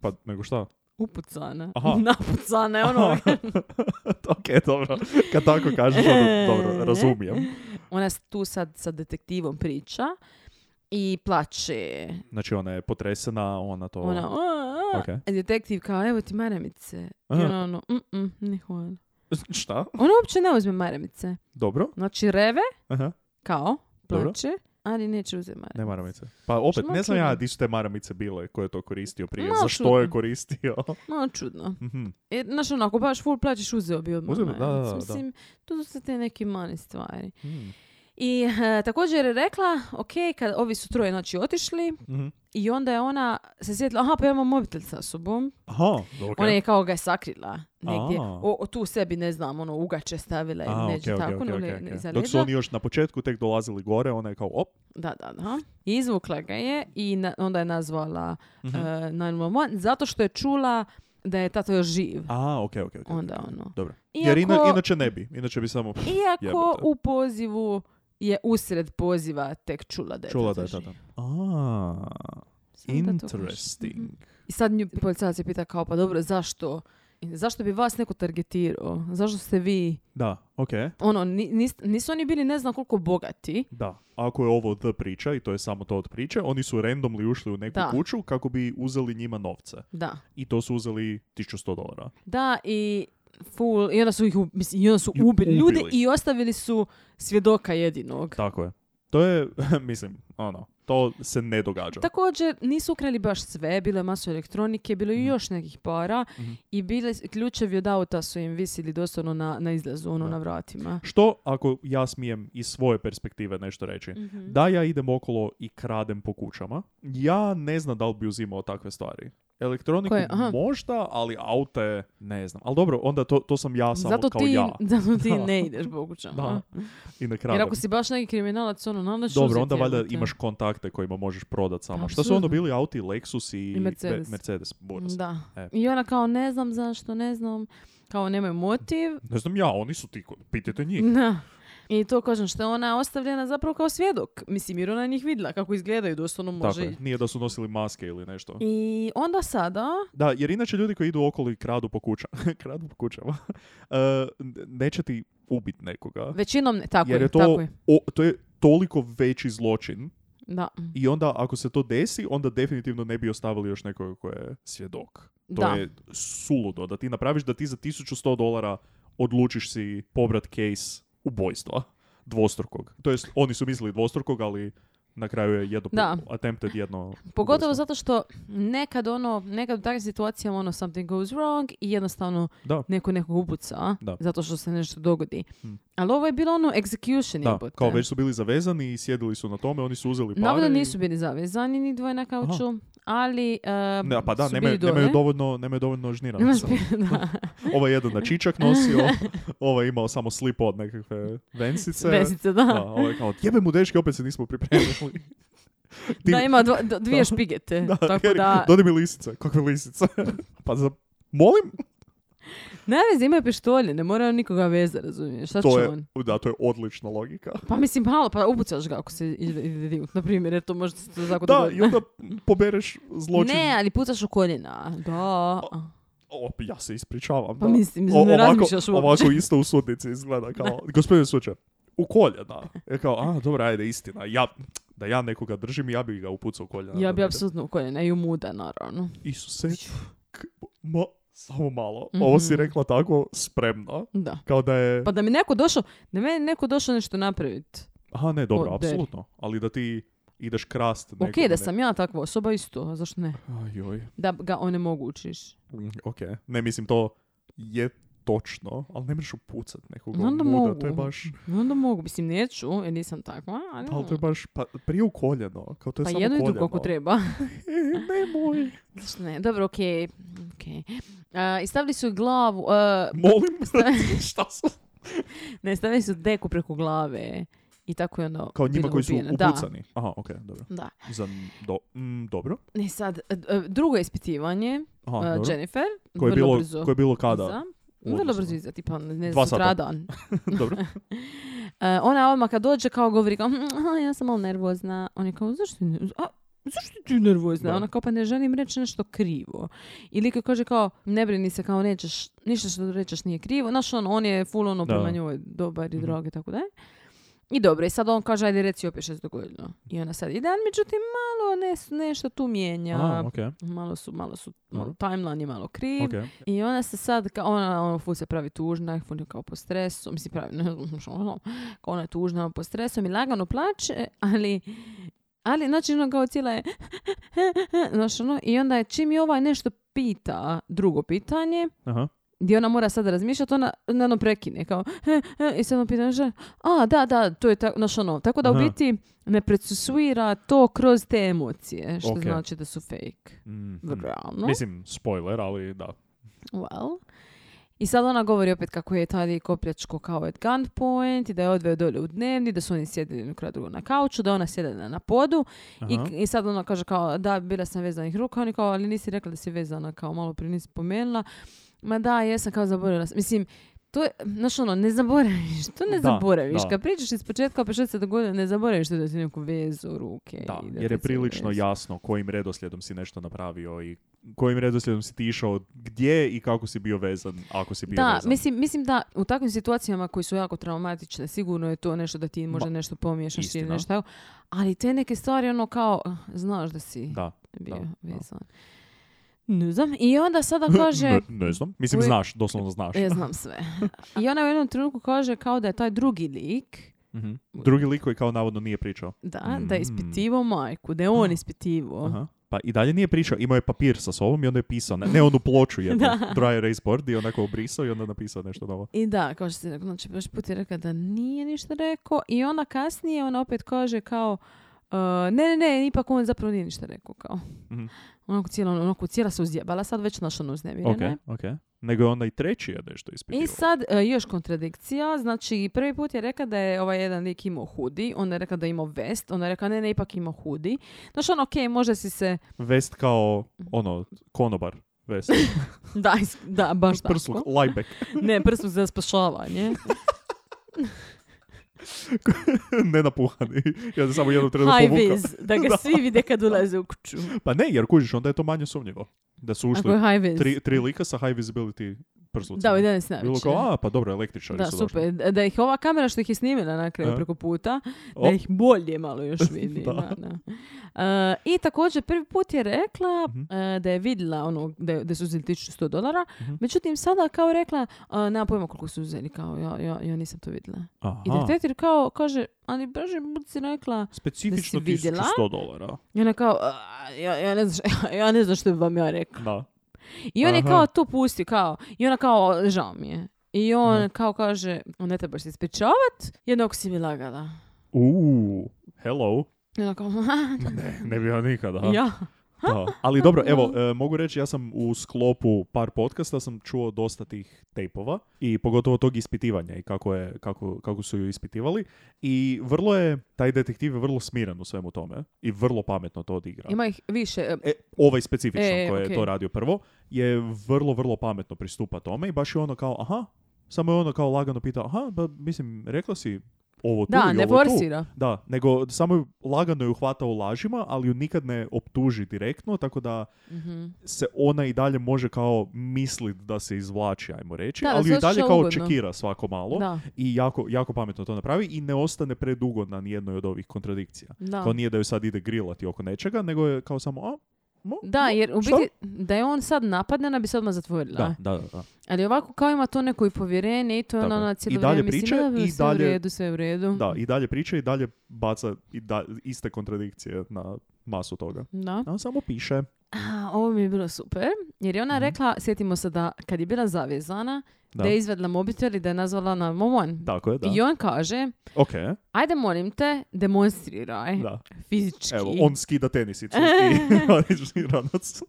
[SPEAKER 4] Pa nego šta? [laughs]
[SPEAKER 5] Upucana.
[SPEAKER 4] Aha.
[SPEAKER 5] [laughs] Napucana je ono.
[SPEAKER 4] ok, dobro. Kad tako kažeš,
[SPEAKER 5] E.
[SPEAKER 4] onda, dobro, razumijem.
[SPEAKER 5] [laughs] Ona s- tu sad sa detektivom priča i plače.
[SPEAKER 4] Znači, ona je potresena, ona to...
[SPEAKER 5] Ona, a, a.
[SPEAKER 4] Ok.
[SPEAKER 5] A detektiv kao, evo ti maramice. I
[SPEAKER 4] Aha.
[SPEAKER 5] ona ono, mm, mm, ne hvala.
[SPEAKER 4] Šta?
[SPEAKER 5] Ona uopće ne uzme maramice.
[SPEAKER 4] Dobro?
[SPEAKER 5] Znači reve,
[SPEAKER 4] Aha,
[SPEAKER 5] kao,
[SPEAKER 4] Dobro.
[SPEAKER 5] plače, ali neće uzeti maramice.
[SPEAKER 4] ne maramice. Pa opet,
[SPEAKER 5] E. Što
[SPEAKER 4] ne znam
[SPEAKER 5] čudno.
[SPEAKER 4] ja di su te maramice bile koje je to koristio prije.
[SPEAKER 5] Malo
[SPEAKER 4] za što
[SPEAKER 5] čudno.
[SPEAKER 4] je koristio? [laughs]
[SPEAKER 5] Malo Ono čudno.
[SPEAKER 4] Mhm.
[SPEAKER 5] E, znaš, ono, ako baš full plaćeš, uzeo bi odmah
[SPEAKER 4] Uzeo bi, da,
[SPEAKER 5] novac.
[SPEAKER 4] da, da.
[SPEAKER 5] Mislim, to su sad te neke male stvari.
[SPEAKER 4] Mhm.
[SPEAKER 5] I e, također je rekla, ok, kad ovi su troje noći otišli,
[SPEAKER 4] Mhm.
[SPEAKER 5] i onda je ona se sjetila, aha, pa ja imam mobitel sa sobom.
[SPEAKER 4] Aha, ok.
[SPEAKER 5] Ona je kao ga je sakrila negdje.
[SPEAKER 4] A.
[SPEAKER 5] O, o, tu sebi, ne znam, ono, ugače stavila
[SPEAKER 4] A,
[SPEAKER 5] ili neđe
[SPEAKER 4] ok, ok,
[SPEAKER 5] tako,
[SPEAKER 4] ok,
[SPEAKER 5] no,
[SPEAKER 4] ok,
[SPEAKER 5] le-
[SPEAKER 4] ok.
[SPEAKER 5] ne- iza
[SPEAKER 4] Dok su
[SPEAKER 5] leđa.
[SPEAKER 4] oni još na početku tek dolazili gore, ona je kao, op,
[SPEAKER 5] Da, da, da. I izvukla ga je i na- onda je nazvala
[SPEAKER 4] Mhm.
[SPEAKER 5] e, 911 zato što je čula da je tato još živ.
[SPEAKER 4] a, ok, ok, ok, ok.
[SPEAKER 5] Onda ono.
[SPEAKER 4] Dobro. Jer ina-
[SPEAKER 5] Iako-
[SPEAKER 4] inače ne bi, inače bi samo
[SPEAKER 5] Iako
[SPEAKER 4] Jebote.
[SPEAKER 5] u pozivu je usred poziva tek čula da je
[SPEAKER 4] čula da
[SPEAKER 5] tata
[SPEAKER 4] je
[SPEAKER 5] živ.
[SPEAKER 4] tata. A,
[SPEAKER 5] Samo da to kažem. Mhm.
[SPEAKER 4] interesting.
[SPEAKER 5] I sad nju policajac je pita kao, pa dobro, zašto? Zašto bi vas neko targetirao? Zašto ste vi...
[SPEAKER 4] Da, ok,
[SPEAKER 5] Ono, ni- nis- nisu oni bili ne znam koliko bogati.
[SPEAKER 4] da. Ako je ovo the priča i to je samo to od priče, oni su randomly ušli u neku
[SPEAKER 5] Da.
[SPEAKER 4] kuću kako bi uzeli njima novce.
[SPEAKER 5] Da.
[SPEAKER 4] I to su uzeli 1100 dolara.
[SPEAKER 5] Da, i full... I onda su ih u- mislim, i onda su
[SPEAKER 4] I
[SPEAKER 5] ubili, ljude
[SPEAKER 4] ubili.
[SPEAKER 5] i ostavili su svjedoka jedinog.
[SPEAKER 4] Tako je. [laughs] To je, mislim, Ono, to se ne događa.
[SPEAKER 5] Također, nisu ukrali baš sve, bilo je masu elektronike, bilo je
[SPEAKER 4] Mhm.
[SPEAKER 5] još nekih para
[SPEAKER 4] Mhm.
[SPEAKER 5] i bile, ključevi od auta su im visili doslovno na, na izlazu, ono,
[SPEAKER 4] Da.
[SPEAKER 5] na vratima.
[SPEAKER 4] Što ako ja smijem iz svoje perspektive nešto reći?
[SPEAKER 5] Mhm.
[SPEAKER 4] Da ja idem okolo i kradem po kućama, ja ne znam da li bi uzimao takve stvari. Elektroniku
[SPEAKER 5] Koje, aha.
[SPEAKER 4] možda, ali aute ne znam. Ali dobro, onda to, to sam ja samo
[SPEAKER 5] zato
[SPEAKER 4] kao
[SPEAKER 5] ti,
[SPEAKER 4] ja.
[SPEAKER 5] [laughs] zato ti
[SPEAKER 4] [laughs] Da.
[SPEAKER 5] ne ideš po kućama.
[SPEAKER 4] Da, i ne
[SPEAKER 5] Jer
[SPEAKER 4] kradem.
[SPEAKER 5] ako si baš neki kriminalac, ono, onda ćeš
[SPEAKER 4] Dobro,
[SPEAKER 5] uzeti,
[SPEAKER 4] onda valjda
[SPEAKER 5] jebote.
[SPEAKER 4] imaš kontakte kojima možeš prodat samo. Šta su
[SPEAKER 5] Pa, Apsolutno.
[SPEAKER 4] ono bili auti, Lexus i,
[SPEAKER 5] I Mercedes.
[SPEAKER 4] Be- Mercedes, Boris.
[SPEAKER 5] Da.
[SPEAKER 4] E.
[SPEAKER 5] I ona kao, ne znam zašto, ne znam, kao nemaju motiv.
[SPEAKER 4] Ne znam ja, oni su ti, ko- pitajte [laughs] njih.
[SPEAKER 5] Da. I to kažem što je ona ostavljena zapravo kao svjedok. Mislim, jer ona je njih vidjela kako izgledaju, doslovno
[SPEAKER 4] Tako
[SPEAKER 5] može
[SPEAKER 4] je, nije da su nosili maske ili nešto.
[SPEAKER 5] I onda sada,
[SPEAKER 4] Da, jer inače ljudi koji idu okolo i kradu po kućama, [laughs] kradu po kućama, [laughs] e, neće ti ubit nekoga.
[SPEAKER 5] većinom, ne, tako
[SPEAKER 4] jer
[SPEAKER 5] je,
[SPEAKER 4] je
[SPEAKER 5] tako
[SPEAKER 4] to,
[SPEAKER 5] je.
[SPEAKER 4] o- to je toliko veći zločin
[SPEAKER 5] Da.
[SPEAKER 4] i onda ako se to desi, onda definitivno ne bi ostavili još nekoga ko je svjedok. To
[SPEAKER 5] Da.
[SPEAKER 4] je suludo da ti napraviš da ti za 1100 dolara odlučiš si pobrat case ubojstva dvostrukog. To jest, oni su mislili dvostrukog, ali na kraju je jedno
[SPEAKER 5] Da.
[SPEAKER 4] attempted jedno
[SPEAKER 5] Pogotovo
[SPEAKER 4] ubojstvo.
[SPEAKER 5] zato što nekad ono, nekad u takvim situacijama ono something goes wrong i jednostavno
[SPEAKER 4] Da.
[SPEAKER 5] neko nekog upuca
[SPEAKER 4] Da.
[SPEAKER 5] zato što se nešto dogodi.
[SPEAKER 4] Hmm.
[SPEAKER 5] Ali ovo je bilo ono execution
[SPEAKER 4] Da,
[SPEAKER 5] jebote.
[SPEAKER 4] kao već su bili zavezani i sjedili su na tome, oni su uzeli pare.
[SPEAKER 5] Navodno
[SPEAKER 4] i-
[SPEAKER 5] nisu bili zavezani ni dvoje na kauču, ali e,
[SPEAKER 4] Ne, pa da,
[SPEAKER 5] su
[SPEAKER 4] nemaju,
[SPEAKER 5] bili dole.
[SPEAKER 4] nemaju dovoljno, nemaju dovoljno žnira.
[SPEAKER 5] Nemaš
[SPEAKER 4] Sad,
[SPEAKER 5] pi- da.
[SPEAKER 4] [laughs] Ovaj jedan na čičak nosio,
[SPEAKER 5] [laughs]
[SPEAKER 4] ovaj je imao samo slip od nekakve vensice.
[SPEAKER 5] Vezice, da.
[SPEAKER 4] Da, ovaj kao, jebe mu dečki, opet se nismo
[SPEAKER 5] [laughs]
[SPEAKER 4] pripremili. Ti-
[SPEAKER 5] Da, ima dva- d- dvije
[SPEAKER 4] Da. [laughs]
[SPEAKER 5] špigete.
[SPEAKER 4] da,
[SPEAKER 5] tako
[SPEAKER 4] Harry,
[SPEAKER 5] da,
[SPEAKER 4] Dodi mi lisice, kakve lisice. [laughs] pa za, molim,
[SPEAKER 5] ne vezi, imaju pištolje, ne moraju nikoga veza, razumiješ, šta će
[SPEAKER 4] to je,
[SPEAKER 5] on?
[SPEAKER 4] da, to je odlična logika.
[SPEAKER 5] Pa mislim, malo, pa upucaš ga ako se ide, ide direkt, na primjer, jer to može se to tako
[SPEAKER 4] Da,
[SPEAKER 5] dogoditi.
[SPEAKER 4] i onda pobereš zločin.
[SPEAKER 5] Ne, ali pucaš u koljena. Da.
[SPEAKER 4] O, ja se ispričavam.
[SPEAKER 5] Pa
[SPEAKER 4] da.
[SPEAKER 5] mislim,
[SPEAKER 4] O-
[SPEAKER 5] ne
[SPEAKER 4] ovako,
[SPEAKER 5] razmišljaš uopće. [laughs]
[SPEAKER 4] ovako isto u sudnici izgleda kao, gospodine suče, u koljena. E kao, a, dobra, ajde, istina. Ja, da ja nekoga držim, ja bi ga upucao u koljena.
[SPEAKER 5] Ja bi
[SPEAKER 4] Da ne-
[SPEAKER 5] apsolutno u koljena i u muda, naravno.
[SPEAKER 4] Isuse, k- ma, samo malo. Ovo
[SPEAKER 5] Mhm.
[SPEAKER 4] si rekla tako spremno.
[SPEAKER 5] Da.
[SPEAKER 4] Kao da je...
[SPEAKER 5] Pa da mi neko došao, da meni neko došao nešto napraviti.
[SPEAKER 4] Aha, ne, dobro,
[SPEAKER 5] O, deri.
[SPEAKER 4] apsolutno. Ali da ti ideš krast nekoga.
[SPEAKER 5] Ok, da
[SPEAKER 4] ne-
[SPEAKER 5] sam ja takva osoba isto, a zašto ne?
[SPEAKER 4] Ajoj,
[SPEAKER 5] Da ga onemogućiš.
[SPEAKER 4] Mm, ok. Ne, mislim, to je točno, ali ne možeš upucat nekog
[SPEAKER 5] No, onda
[SPEAKER 4] muda, to je
[SPEAKER 5] mogu.
[SPEAKER 4] baš,
[SPEAKER 5] No onda mogu, mislim neću, jer nisam takva, ali... ono.
[SPEAKER 4] ali to je baš, pa, prije u koljeno, kao to je
[SPEAKER 5] pa
[SPEAKER 4] samo
[SPEAKER 5] jedno i drugo ako
[SPEAKER 4] koljeno.
[SPEAKER 5] treba.
[SPEAKER 4] E, nemoj.
[SPEAKER 5] Zašto ne? Dobro, okej. okej. A, I stavili su glavu, e, [laughs]
[SPEAKER 4] Molim, šta su?
[SPEAKER 5] ne, stavili su deku preko glave. I tako je ono
[SPEAKER 4] Kao njima
[SPEAKER 5] bila
[SPEAKER 4] koji su
[SPEAKER 5] ubijena.
[SPEAKER 4] upucani. Aha, okej, dobro.
[SPEAKER 5] Da, da.
[SPEAKER 4] Za, do, mm, dobro.
[SPEAKER 5] Ne, sad, e, e, drugo ispitivanje,
[SPEAKER 4] Aha,
[SPEAKER 5] e,
[SPEAKER 4] dobro.
[SPEAKER 5] Jennifer,
[SPEAKER 4] Koje je,
[SPEAKER 5] vrlo
[SPEAKER 4] bilo,
[SPEAKER 5] brzo.
[SPEAKER 4] koje je bilo kada?
[SPEAKER 5] Iza.
[SPEAKER 4] u
[SPEAKER 5] Vrlo
[SPEAKER 4] odnosu
[SPEAKER 5] brzo
[SPEAKER 4] na-
[SPEAKER 5] iza, tipa, ne
[SPEAKER 4] Dva
[SPEAKER 5] znam,
[SPEAKER 4] sata.
[SPEAKER 5] sutradan.
[SPEAKER 4] [laughs]
[SPEAKER 5] [laughs]
[SPEAKER 4] dobro.
[SPEAKER 5] E, ona odmah kad dođe kao govori kao, "Mm, aha, ja sam malo nervozna. On je kao, zašto, ne, a, zašto ti nervozna?
[SPEAKER 4] Da.
[SPEAKER 5] Ona kao, pa ne želim reći nešto krivo. I lik joj kaže kao, ne brini se kao nećeš, ništa što rečeš nije krivo. Znaš, on, on je full ono
[SPEAKER 4] Da.
[SPEAKER 5] prema njoj dobar i
[SPEAKER 4] Mhm.
[SPEAKER 5] drag i tako dalje. I dobro, i sad on kaže, ajde reci opet što se dogodilo. I ona sad ide, ali međutim malo ne, nešto tu mijenja.
[SPEAKER 4] Aha, okej,
[SPEAKER 5] Malo su, malo su,
[SPEAKER 4] Dobro.
[SPEAKER 5] malo, timeline je malo kriv.
[SPEAKER 4] okej.
[SPEAKER 5] I ona se sad, kao, ona ono, ful se pravi tužna, ful je kao po stresu, mislim pravi, ne znam što ono, kao ona je tužna ono, po stresom i lagano plače, ali, ali znači ono kao cijela je, [laughs] znaš ono, i onda je čim je ovaj nešto pita, drugo pitanje,
[SPEAKER 4] Aha.
[SPEAKER 5] gdje ona mora sad razmišljati, ona na ono prekine, kao, [laughs] i sad on pita, že, a, da, da, to je tako, znaš ono, tako da u
[SPEAKER 4] Aha.
[SPEAKER 5] biti ne procesuira to kroz te emocije, što
[SPEAKER 4] Ok.
[SPEAKER 5] znači da su fake.
[SPEAKER 4] Mm, mm.
[SPEAKER 5] Realno.
[SPEAKER 4] Mislim, spoiler, ali da.
[SPEAKER 5] Well. I sad ona govori opet kako je taj lik opljačko kao at gunpoint i da je odveo dolje u dnevni, da su oni sjedili jedno kraj drugo na kauču, da je ona sjedila na podu i,
[SPEAKER 4] Aha.
[SPEAKER 5] i sad ona kaže kao da bila sam vezanih ruka, oni kao ali nisi rekla da si vezana kao malo prije nisi spomenula. Ma da, jesam kao zaboravila sam. Mislim, to je, znaš ono, ne zaboraviš, to ne
[SPEAKER 4] Da,
[SPEAKER 5] zaboraviš.
[SPEAKER 4] da.
[SPEAKER 5] Kad pričaš iz početka opet što se dogodilo, ne zaboraviš to da si neku vezu ruke.
[SPEAKER 4] Da,
[SPEAKER 5] i
[SPEAKER 4] jer je
[SPEAKER 5] te se
[SPEAKER 4] prilično
[SPEAKER 5] vezu.
[SPEAKER 4] jasno kojim redoslijedom si nešto napravio i kojim redoslijedom si ti išao gdje i kako si bio vezan, ako si bio
[SPEAKER 5] da,
[SPEAKER 4] vezan.
[SPEAKER 5] mislim, mislim da u takvim situacijama koji su jako traumatične, sigurno je to nešto da ti možda nešto pomiješaš ili
[SPEAKER 4] istina.
[SPEAKER 5] nešto tako. Ali te neke stvari ono kao, ah, znaš da si
[SPEAKER 4] Da.
[SPEAKER 5] bio
[SPEAKER 4] da.
[SPEAKER 5] vezan. Ne znam. I
[SPEAKER 4] [laughs]
[SPEAKER 5] onda sada kaže, e,
[SPEAKER 4] Ne, ne znam. Mislim,
[SPEAKER 5] Uvijek-
[SPEAKER 4] znaš, doslovno znaš.
[SPEAKER 5] ja znam sve. I ona u jednom trenutku kaže kao da je taj drugi lik
[SPEAKER 4] Mhm. Drugi lik koji kao navodno nije pričao.
[SPEAKER 5] Da, da
[SPEAKER 4] Mm.
[SPEAKER 5] je ispitivao majku, da je on
[SPEAKER 4] Ah.
[SPEAKER 5] ispitivao.
[SPEAKER 4] Aha. Pa i dalje nije pričao, imao je papir sa sobom i onda je pisao, ne, ne onu ploču jednu,
[SPEAKER 5] [laughs] Da.
[SPEAKER 4] dry erase board i onako obrisao i onda napisao nešto novo.
[SPEAKER 5] I da, kao što si rekao, znači baš put je rekla da nije ništa rekao i onda kasnije ona opet kaže kao e, ne, ne, ne, ipak on zapravo nije ništa rekao kao.
[SPEAKER 4] Mhm.
[SPEAKER 5] Onako cijela, onako cijela se uzjebala, sad već naša ono uznemirena
[SPEAKER 4] Ok,
[SPEAKER 5] je.
[SPEAKER 4] ok. Nego je onda i treći je nešto ispitivao.
[SPEAKER 5] I sad e, još kontradikcija, znači prvi put je rekla da je ovaj jedan lik imao hudi, onda je rekla da je imao vest, onda je rekla ne, ne, ipak imao hudi. Znači ono, ok, može si se, [laughs]
[SPEAKER 4] Vest kao,
[SPEAKER 5] Mhm.
[SPEAKER 4] ono, konobar. Vest.
[SPEAKER 5] da, is- da [laughs]
[SPEAKER 4] [laughs]
[SPEAKER 5] baš
[SPEAKER 4] Prsluk,
[SPEAKER 5] tako.
[SPEAKER 4] lajbek.
[SPEAKER 5] Ne, prsluk
[SPEAKER 4] [laughs]
[SPEAKER 5] za spašavanje.
[SPEAKER 4] Nenapuhani. Ja sam samo jednu trenutku
[SPEAKER 5] High
[SPEAKER 4] povukao.
[SPEAKER 5] vis,
[SPEAKER 4] [laughs]
[SPEAKER 5] da ga svi vide kad ulaze u kuću.
[SPEAKER 4] Pa ne, jer kužiš, onda je to manje sumnjivo. Da su
[SPEAKER 5] Ako
[SPEAKER 4] ušli
[SPEAKER 5] je high vis.
[SPEAKER 4] tri, tri lika sa high visibility prslucima.
[SPEAKER 5] Da, u 11 navečer.
[SPEAKER 4] Bilo kao, a, pa dobro, električari
[SPEAKER 5] Da,
[SPEAKER 4] su došli.
[SPEAKER 5] super. Da- Da ih ova kamera što ih je snimila na kraju
[SPEAKER 4] E.
[SPEAKER 5] preko puta, da
[SPEAKER 4] O.
[SPEAKER 5] ih bolje malo još
[SPEAKER 4] [laughs]
[SPEAKER 5] vidi.
[SPEAKER 4] Da.
[SPEAKER 5] da, da. E, I također prvi put je rekla
[SPEAKER 4] Mhm.
[SPEAKER 5] e, da je vidjela ono, da, je- da su uzeli 1100 dolara,
[SPEAKER 4] Mhm.
[SPEAKER 5] međutim sada kao rekla, e, nema pojma koliko su uzeli, kao ja, ja, ja nisam to vidjela.
[SPEAKER 4] Aha.
[SPEAKER 5] I detektiv kao kaže, ali brže budi si rekla,
[SPEAKER 4] Specifično
[SPEAKER 5] Da si vidjela?
[SPEAKER 4] 1100 dolara.
[SPEAKER 5] i ona kao, "A, ja, ja, ne znam, šta- [laughs] ja ne znam što bi vam ja rekla.
[SPEAKER 4] Da.
[SPEAKER 5] I on je
[SPEAKER 4] Aha.
[SPEAKER 5] kao to pusti, kao, i ona kao, žao mi je. I on
[SPEAKER 4] Mhm.
[SPEAKER 5] kao kaže, ne trebaš se ispričavat, jednog si mi lagala.
[SPEAKER 4] Uuu, hello.
[SPEAKER 5] I ona kao, [laughs]
[SPEAKER 4] Ma [laughs] Ne, ne bi ja nikada.
[SPEAKER 5] ja.
[SPEAKER 4] Da. Ali dobro, evo, e, mogu reći, ja sam u sklopu par podcasta sam čuo dosta tih tejpova i pogotovo tog ispitivanja i kako, je, kako, kako su ju ispitivali. I vrlo je, taj detektiv je vrlo smiren u svemu tome i vrlo pametno to odigra.
[SPEAKER 5] Ima ih više. e,
[SPEAKER 4] E, ovaj specifično
[SPEAKER 5] E,
[SPEAKER 4] koji je
[SPEAKER 5] ok.
[SPEAKER 4] to radio prvo, je vrlo, vrlo pametno pristupa tome i baš je ono kao, aha, samo je ono kao lagano pitao, aha, pa mislim, rekla si ovo tu
[SPEAKER 5] Da,
[SPEAKER 4] i
[SPEAKER 5] ne
[SPEAKER 4] ovo tu.
[SPEAKER 5] forsira.
[SPEAKER 4] Da, nego samo ju- lagano ju hvata u lažima, ali ju nikad ne optuži direktno, tako da
[SPEAKER 5] Mhm.
[SPEAKER 4] se ona i dalje može kao mislit da se izvlači, ajmo reći,
[SPEAKER 5] Da, da
[SPEAKER 4] ali
[SPEAKER 5] se
[SPEAKER 4] ju i dalje
[SPEAKER 5] osjeća
[SPEAKER 4] kao
[SPEAKER 5] ugodno.
[SPEAKER 4] čekira svako malo
[SPEAKER 5] Da,
[SPEAKER 4] i jako, jako pametno to napravi i ne ostane predugo na nijednoj od ovih kontradikcija.
[SPEAKER 5] da.
[SPEAKER 4] Kao nije da ju sad ide grilati oko nečega, nego je kao samo, a, mo,
[SPEAKER 5] Da, jer u
[SPEAKER 4] Šta?
[SPEAKER 5] biti, da je on sad napadne, ona bi se odmah zatvorila.
[SPEAKER 4] da, da, da, da.
[SPEAKER 5] Ali ovako kao ima to neko i povjerenje i to je ono,
[SPEAKER 4] Tako
[SPEAKER 5] ona
[SPEAKER 4] je.
[SPEAKER 5] na cijelo
[SPEAKER 4] I dalje
[SPEAKER 5] vrijeme
[SPEAKER 4] priča
[SPEAKER 5] mislim, da,
[SPEAKER 4] i
[SPEAKER 5] sve
[SPEAKER 4] dalje-
[SPEAKER 5] u redu, sve je u redu.
[SPEAKER 4] Da, i dalje priča i dalje baca i da, iste kontradikcije na masu toga.
[SPEAKER 5] Da.
[SPEAKER 4] A On samo piše.
[SPEAKER 5] A, ovo mi je bilo super, jer je ona
[SPEAKER 4] Mhm.
[SPEAKER 5] rekla, sjetimo se da kad je bila zavezana, da,
[SPEAKER 4] Da.
[SPEAKER 5] je izvedla mobitel i da je nazvala na momon.
[SPEAKER 4] Tako je, da.
[SPEAKER 5] I on kaže,
[SPEAKER 4] Ok,
[SPEAKER 5] ajde molim te, demonstriraj
[SPEAKER 4] da.
[SPEAKER 5] fizički.
[SPEAKER 4] Evo, on skida tenisicu i
[SPEAKER 5] [laughs]
[SPEAKER 4] [laughs] oranžni ranac.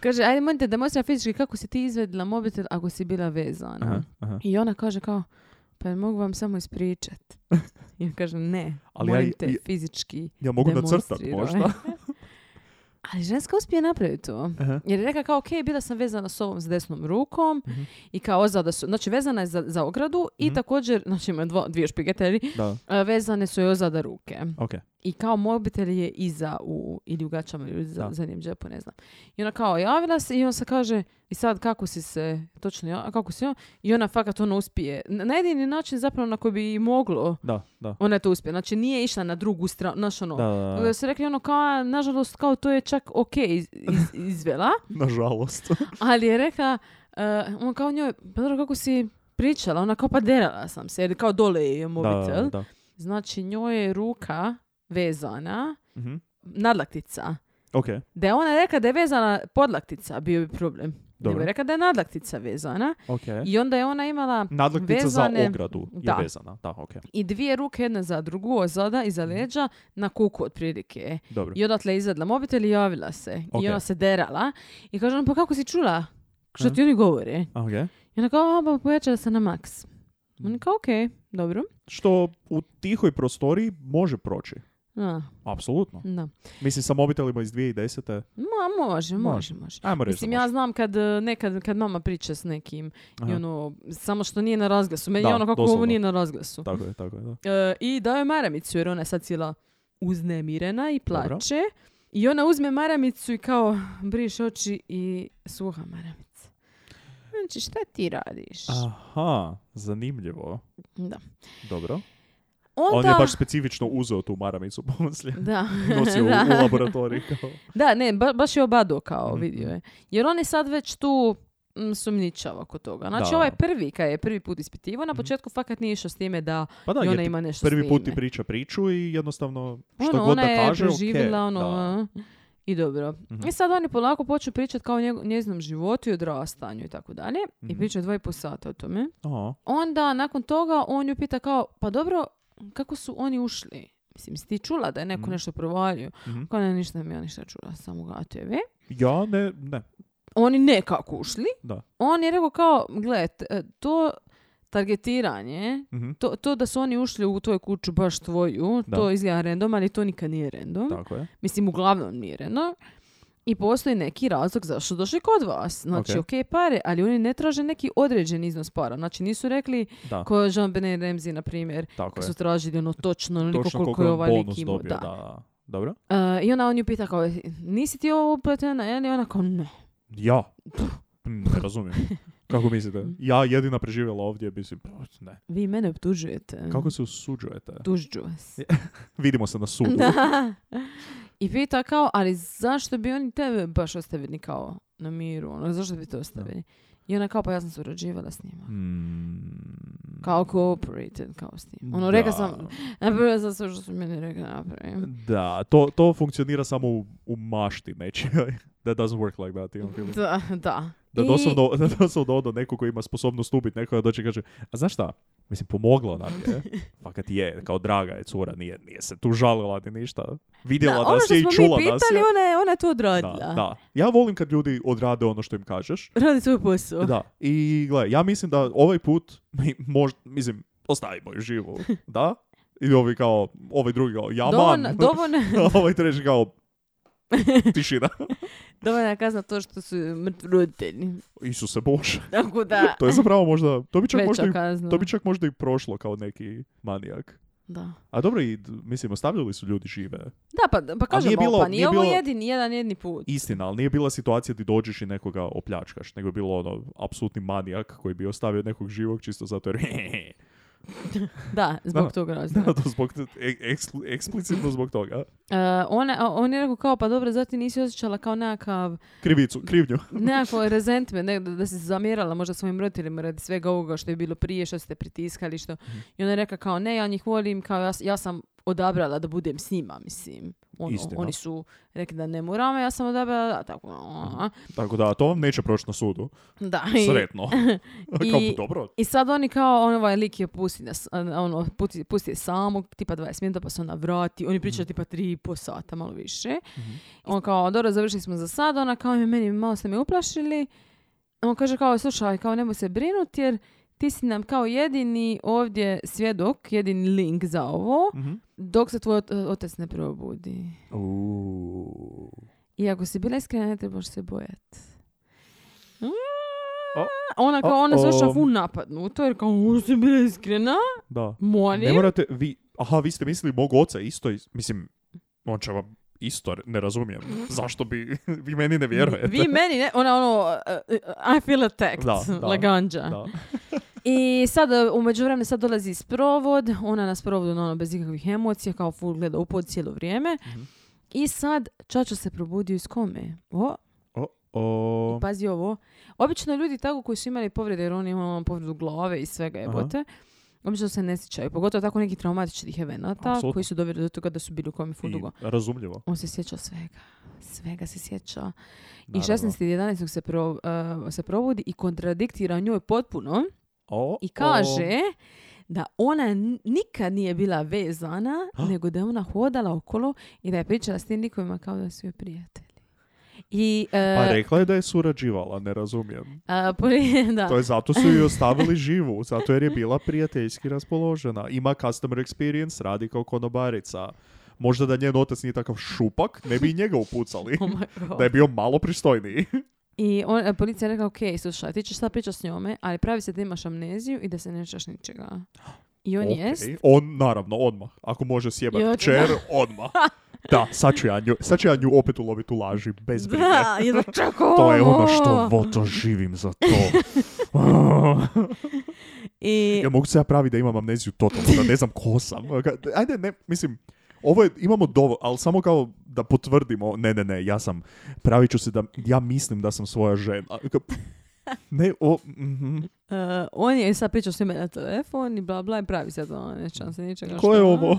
[SPEAKER 5] Kaže, ajde molim te, demonstriraj fizički kako si ti izvedla mobitel ako si bila vezana.
[SPEAKER 4] Mhm.
[SPEAKER 5] I ona kaže kao, pa jel mogu vam samo
[SPEAKER 4] [laughs]
[SPEAKER 5] ispričat. I on kaže, ne,
[SPEAKER 4] Ali
[SPEAKER 5] molim
[SPEAKER 4] ja-
[SPEAKER 5] te,
[SPEAKER 4] ja-
[SPEAKER 5] fizički
[SPEAKER 4] Ja mogu nacrtat
[SPEAKER 5] demonstriraj."
[SPEAKER 4] možda.
[SPEAKER 5] [laughs] Ali ženska uspije napraviti to.
[SPEAKER 4] Aha.
[SPEAKER 5] Jer je rekla kao, ok, bila sam vezana s ovom s desnom rukom
[SPEAKER 4] Mhm.
[SPEAKER 5] i kao ozada su, znači vezana je za, za ogradu i
[SPEAKER 4] Mhm.
[SPEAKER 5] također, znači ima dva, dvije špigeteri,
[SPEAKER 4] [laughs] Da,
[SPEAKER 5] a, vezane su joj ozada ruke.
[SPEAKER 4] ok.
[SPEAKER 5] I kao mobitel je iza u, ili u gačama ili za,
[SPEAKER 4] Da.
[SPEAKER 5] za njim džepu, ne znam. I ona kao javila se i on se kaže, i sad kako si se, točno, ja, kako si on, i ona fakat ono uspije. Na na jedini način zapravo na koji bi i moglo,
[SPEAKER 4] Da, da.
[SPEAKER 5] ona je to uspije. Znači nije išla na drugu stranu, znaš ono,
[SPEAKER 4] Da, da, da.
[SPEAKER 5] da su rekli ono kao, "A, nažalost, kao to je čak ok iz- iz-
[SPEAKER 4] [laughs]
[SPEAKER 5] izvela,
[SPEAKER 4] Nažalost.
[SPEAKER 5] ali je rekla, e, on kao njoj, pa dobro, kako si pričala? Ona kao, pa derala sam se, jer kao dole je [laughs] mobitel.
[SPEAKER 4] Da, da.
[SPEAKER 5] Znači, njoj je ruka vezana,
[SPEAKER 4] Mhm.
[SPEAKER 5] nadlaktica.
[SPEAKER 4] Ok,
[SPEAKER 5] Da je ona rekla da je vezana podlaktica, bio bi problem. Nego
[SPEAKER 4] Dobro.
[SPEAKER 5] je rekla da je nadlaktica vezana
[SPEAKER 4] ok.
[SPEAKER 5] i onda je ona imala
[SPEAKER 4] Nadlaktica za
[SPEAKER 5] vezane-
[SPEAKER 4] ogradu je
[SPEAKER 5] Da.
[SPEAKER 4] vezana. Da, ok.
[SPEAKER 5] i dvije ruke jedna za drugu, ozada i za leđa, na kuku otprilike.
[SPEAKER 4] Mhm. Dobro.
[SPEAKER 5] I odatle je izadla mobitel i javila se.
[SPEAKER 4] Ok.
[SPEAKER 5] I ona se derala. I kaže ona, pa kako si čula? Što ti oni govore?
[SPEAKER 4] Ok.
[SPEAKER 5] I ona kao, a, pa pojačala se na maks.
[SPEAKER 4] Mhm.
[SPEAKER 5] On kao, okej, dobro.
[SPEAKER 4] Što u tihoj prostoriji može proći.
[SPEAKER 5] Da,
[SPEAKER 4] Apsolutno.
[SPEAKER 5] da.
[SPEAKER 4] Mislim, sa mobitelima iz 2010.
[SPEAKER 5] Ma, može, može,
[SPEAKER 4] Može.
[SPEAKER 5] može.
[SPEAKER 4] Ajmo reći
[SPEAKER 5] Mislim,
[SPEAKER 4] da može.
[SPEAKER 5] ja znam kad e, nekad kad mama priča s nekim i
[SPEAKER 4] Aha.
[SPEAKER 5] ono, samo što nije na razglasu. Meni je
[SPEAKER 4] Da,
[SPEAKER 5] ono kako ovo
[SPEAKER 4] doslovno.
[SPEAKER 5] nije na razglasu.
[SPEAKER 4] Tako je, tako je, da.
[SPEAKER 5] E, I dao je maramicu jer ona je sad cijela uznemirena i
[SPEAKER 4] Dobro.
[SPEAKER 5] plače. I ona uzme maramicu i kao briše oči i suha maramica. Znači šta ti radiš?
[SPEAKER 4] Aha, zanimljivo.
[SPEAKER 5] Da.
[SPEAKER 4] Dobro.
[SPEAKER 5] Onda...
[SPEAKER 4] On je baš specifično uzeo tu maramicu [laughs] poslije.
[SPEAKER 5] Da.
[SPEAKER 4] Nosio u,
[SPEAKER 5] [laughs] da.
[SPEAKER 4] u laboratoriji kao.
[SPEAKER 5] Da, ne, ba- baš je obado kao
[SPEAKER 4] Mhm.
[SPEAKER 5] vidio je. Jer on je sad već tu mm, sumnjičava oko toga. Znači
[SPEAKER 4] Da.
[SPEAKER 5] ovaj prvi, kad je prvi put ispitivao, na početku fakat nije išao s time da
[SPEAKER 4] Pa da,
[SPEAKER 5] i
[SPEAKER 4] jer
[SPEAKER 5] ona
[SPEAKER 4] ti
[SPEAKER 5] ima nešto s
[SPEAKER 4] prvi put ti
[SPEAKER 5] njime.
[SPEAKER 4] priča priču i jednostavno što
[SPEAKER 5] ono,
[SPEAKER 4] god
[SPEAKER 5] ona
[SPEAKER 4] da
[SPEAKER 5] je
[SPEAKER 4] kaže, okej,
[SPEAKER 5] preživjela ono...
[SPEAKER 4] da.
[SPEAKER 5] a, I dobro.
[SPEAKER 4] Mhm.
[SPEAKER 5] I sad oni polako počnu pričati kao o njeg- njezinom životu i odrastanju i tako dalje. I
[SPEAKER 4] Mhm.
[SPEAKER 5] pričaju dva i po sata o tome.
[SPEAKER 4] A,
[SPEAKER 5] Onda nakon toga on ju pita kao, pa dobro, kako su oni ušli? Mislim, jesi ti čula da je neko
[SPEAKER 4] Mhm.
[SPEAKER 5] nešto provalio?
[SPEAKER 4] mhm.
[SPEAKER 5] Kao ne, ništa mi ja ništa čula, samo ga TV.
[SPEAKER 4] Ja ne, ne.
[SPEAKER 5] Oni nekako ušli.
[SPEAKER 4] Da.
[SPEAKER 5] On je rekao kao, gle, t- e, to targetiranje,
[SPEAKER 4] Mhm.
[SPEAKER 5] to, to da su oni ušli u tvoju kuću baš tvoju,
[SPEAKER 4] Da.
[SPEAKER 5] to izgleda random, ali to nikad nije random.
[SPEAKER 4] Tako je.
[SPEAKER 5] Mislim, uglavnom nije random. I postoji neki razlog zašto su došli kod vas. Znači, ok,
[SPEAKER 4] Ok.
[SPEAKER 5] pare, ali oni ne traže neki određen iznos para. Znači, nisu rekli
[SPEAKER 4] Da,
[SPEAKER 5] ko je Jean-Benet Ramsey, na primjer,
[SPEAKER 4] tako
[SPEAKER 5] kad
[SPEAKER 4] je.
[SPEAKER 5] su tražili ono točno onoliko
[SPEAKER 4] Točno
[SPEAKER 5] koliko
[SPEAKER 4] koliko
[SPEAKER 5] je
[SPEAKER 4] on
[SPEAKER 5] ovaj lik
[SPEAKER 4] bonus
[SPEAKER 5] imao.
[SPEAKER 4] dobio,
[SPEAKER 5] Da.
[SPEAKER 4] da. Dobro?
[SPEAKER 5] E, I onda on ju pita kao, nisi ti ovo upletena? je li?" ona kao, ne.
[SPEAKER 4] Ja. Mm, Ne razumijem.
[SPEAKER 5] [laughs]
[SPEAKER 4] Kako mislite? Ja jedina preživjela ovdje, mislim, pff, ne.
[SPEAKER 5] Vi mene optužujete.
[SPEAKER 4] Kako se usuđujete?
[SPEAKER 5] Tužđu vas. [laughs]
[SPEAKER 4] Vidimo se na sudu.
[SPEAKER 5] Da. I pita kao, ali zašto bi oni tebe baš ostavili kao na miru? Ono, zašto bi to ostavili? I ona kao, pa ja sam surađivala s njima.
[SPEAKER 4] Mm,
[SPEAKER 5] Kao cooperated, kao s njim. Ono, rekla
[SPEAKER 4] da.
[SPEAKER 5] sam, napravila sam sve što su meni rekli da napravim.
[SPEAKER 4] Da, to, to funkcionira samo u, u mašti nečijoj. [laughs] That doesn't work like that, imam feeling.
[SPEAKER 5] Da, da.
[SPEAKER 4] Da
[SPEAKER 5] I-
[SPEAKER 4] doslovno, [laughs] da doslovno ono neko koji ima sposobnost ubiti nekoga dođe i kaže, a znaš šta, mislim pomogla ona mi
[SPEAKER 5] [laughs]
[SPEAKER 4] je, fakat je, kao draga je cura, nije, nije se tu žalila ni ništa.
[SPEAKER 5] Da,
[SPEAKER 4] Vidjela
[SPEAKER 5] ono
[SPEAKER 4] nas
[SPEAKER 5] što
[SPEAKER 4] je i
[SPEAKER 5] smo mi
[SPEAKER 4] čula nas
[SPEAKER 5] pitali,
[SPEAKER 4] je.
[SPEAKER 5] ona je, ona je to odradila.
[SPEAKER 4] Da, da. Ja volim kad ljudi odrade ono što im kažeš.
[SPEAKER 5] Radi svoj posao.
[SPEAKER 4] Da, i gle, ja mislim da ovaj put, mi možda, mislim, ostavimo ju
[SPEAKER 5] [laughs]
[SPEAKER 4] živu, da? I ovi kao, ovaj drugi kao, ja
[SPEAKER 5] Dovoljna,
[SPEAKER 4] man.
[SPEAKER 5] dovoljna,
[SPEAKER 4] [laughs] A ovaj treći kao,
[SPEAKER 5] [laughs]
[SPEAKER 4] tišina. [laughs]
[SPEAKER 5] dovoljna je kazna to što su mrtvi roditelji.
[SPEAKER 4] Isuse Bože.
[SPEAKER 5] Tako da,
[SPEAKER 4] To je zapravo možda, to bi čak, možda
[SPEAKER 5] veća
[SPEAKER 4] i,
[SPEAKER 5] kazna.
[SPEAKER 4] to bi čak možda i prošlo kao neki manijak.
[SPEAKER 5] Da.
[SPEAKER 4] A dobro, i, d- mislim, ostavljali su ljudi žive.
[SPEAKER 5] Da, pa, pa kažemo,
[SPEAKER 4] nije bilo-
[SPEAKER 5] pa nije,
[SPEAKER 4] nije
[SPEAKER 5] ovo
[SPEAKER 4] bilo-
[SPEAKER 5] jedini, jedan jedni put.
[SPEAKER 4] Istina, ali nije bila situacija di dođeš i nekoga opljačkaš, nego je bilo ono, apsolutni manijak koji bi ostavio nekog živog čisto zato jer... [laughs]
[SPEAKER 5] Da, zbog
[SPEAKER 4] Da.
[SPEAKER 5] toga razloga.
[SPEAKER 4] Da, to [laughs] zbog, e- eks- eksplicitno zbog toga.
[SPEAKER 5] E, ona, a on je rekao kao, pa dobro, zato ti nisi osjećala kao nekakav,
[SPEAKER 4] Krivicu, krivnju.
[SPEAKER 5] nekako rezentment, ne, da, da si se zamjerala možda svojim roditeljima radi svega ovoga što je bilo prije, što ste pritiskali, što... I ona je rekla kao, ne, ja njih volim, kao ja, s- ja sam odabrala da budem s njima, mislim. Ono,
[SPEAKER 4] Istina.
[SPEAKER 5] oni su rekli da ne moram, a ja sam odabrala, da, tako, a,
[SPEAKER 4] Tako da, to vam neće proći na sudu.
[SPEAKER 5] da. I,
[SPEAKER 4] Sretno. Kao,
[SPEAKER 5] I-
[SPEAKER 4] dobro.
[SPEAKER 5] I sad oni kao, on ovaj lik je pusti, nas, ono, pusti, pusti je samog, tipa 20 minuta, pa se ona vrati, oni pričaju tipa 3 i po sata, malo više. On kao, dobro, završili smo za sad, ona kao, meni malo ste me uplašili. On kaže kao, slušaj, kao nemoj se brinuti jer ti si nam kao jedini ovdje svjedok, jedini link za ovo,
[SPEAKER 4] Mhm.
[SPEAKER 5] dok se tvoj ot- otac ne probudi.
[SPEAKER 4] Uuu.
[SPEAKER 5] I ako si bila iskrena, ne trebaš se bojati.
[SPEAKER 4] O,
[SPEAKER 5] Ona kao, ona se
[SPEAKER 4] o,
[SPEAKER 5] ošla
[SPEAKER 4] o.
[SPEAKER 5] ful napadnuto jer kao, "O, si bila iskrena,
[SPEAKER 4] Da. Ne
[SPEAKER 5] molim.
[SPEAKER 4] morate, vi, aha, vi ste mislili mog oca isto, is- mislim, on će vam isto, re- ne razumijem, zašto bi, [laughs] vi meni ne vjerujete.
[SPEAKER 5] Mhm. Vi meni, ne, ona ono, uh, uh, I feel attacked,
[SPEAKER 4] Da, da,
[SPEAKER 5] laganja. [laughs]
[SPEAKER 4] Da.
[SPEAKER 5] I sad, e, u međuvremenu sad dolazi sprovod, ona na sprovodu ono, bez ikakvih emocija, kao full gleda u pod cijelo vrijeme.
[SPEAKER 4] Mhm.
[SPEAKER 5] I sad, Čačo se probudio iz kome. O,
[SPEAKER 4] O, o,
[SPEAKER 5] i pa pazi ovo. Obično ljudi tako koji su imali povrede, jer oni imaju ono, povredu glave i svega
[SPEAKER 4] Aha.
[SPEAKER 5] jebote, obično se ne sjećaju. Pogotovo tako nekih traumatičnih evenata
[SPEAKER 4] Apsolutno.
[SPEAKER 5] koji su doveli do toga da su bili u komi full
[SPEAKER 4] i
[SPEAKER 5] dugo.
[SPEAKER 4] razumljivo.
[SPEAKER 5] On se sjeća svega. Svega se sjeća. I
[SPEAKER 4] naravno.
[SPEAKER 5] 16.11. se, pro, eh, se provodi i kontradiktira njoj potpuno
[SPEAKER 4] O,
[SPEAKER 5] i
[SPEAKER 4] o,
[SPEAKER 5] kaže da ona n- nikad nije bila
[SPEAKER 4] [gasps]
[SPEAKER 5] vezana,
[SPEAKER 4] Ha?
[SPEAKER 5] nego da je ona hodala okolo i da je pričala s tim likovima kao da su joj prijatelji. I, eh,
[SPEAKER 4] Pa rekla je da je surađivala, ne razumijem.
[SPEAKER 5] a, pori- [laughs] da.
[SPEAKER 4] To je zato su ju ostavili živu, zato jer je bila prijateljski raspoložena. Ima customer experience, radi kao konobarica. Možda da njen otac nije takav šupak, ne bi i njega
[SPEAKER 5] [laughs]
[SPEAKER 4] upucali.
[SPEAKER 5] Oh my God.
[SPEAKER 4] Da je bio malo pristojniji.
[SPEAKER 5] I on, eh, policija je rekla, ok, slušaj, ti ćeš sad pričati s njome, ali pravi se da imaš amneziju i da se ne sjećaš
[SPEAKER 4] [gasps]
[SPEAKER 5] ničega. I on
[SPEAKER 4] Okej.
[SPEAKER 5] jest.
[SPEAKER 4] On, naravno, odmah. Ako može sjebat
[SPEAKER 5] Joj, da.
[SPEAKER 4] kćer, odmah. Da, sad ću, ja nju, sad ću ja nju opet ulovit u laži, bez brige.
[SPEAKER 5] Da, jedva čekam
[SPEAKER 4] [laughs] To je ono
[SPEAKER 5] ovo.
[SPEAKER 4] što voto živim za
[SPEAKER 5] [laughs]
[SPEAKER 4] to. Ah,
[SPEAKER 5] I,
[SPEAKER 4] ja mogu se ja pravi da imam amneziju totalno, da ne znam ko sam. Ajde, ne, mislim, ovo je, imamo dovo, ali samo kao da potvrdimo, ne, ne, ne, ja sam, pravit ću se da, ja mislim da sam svoja žena. Ka- Ne, o, mhm.
[SPEAKER 5] E, on je sad pričao svima na telefon i bla bla i pravi sad ono, nećam se ničega.
[SPEAKER 4] Ko je
[SPEAKER 5] što-
[SPEAKER 4] ovo?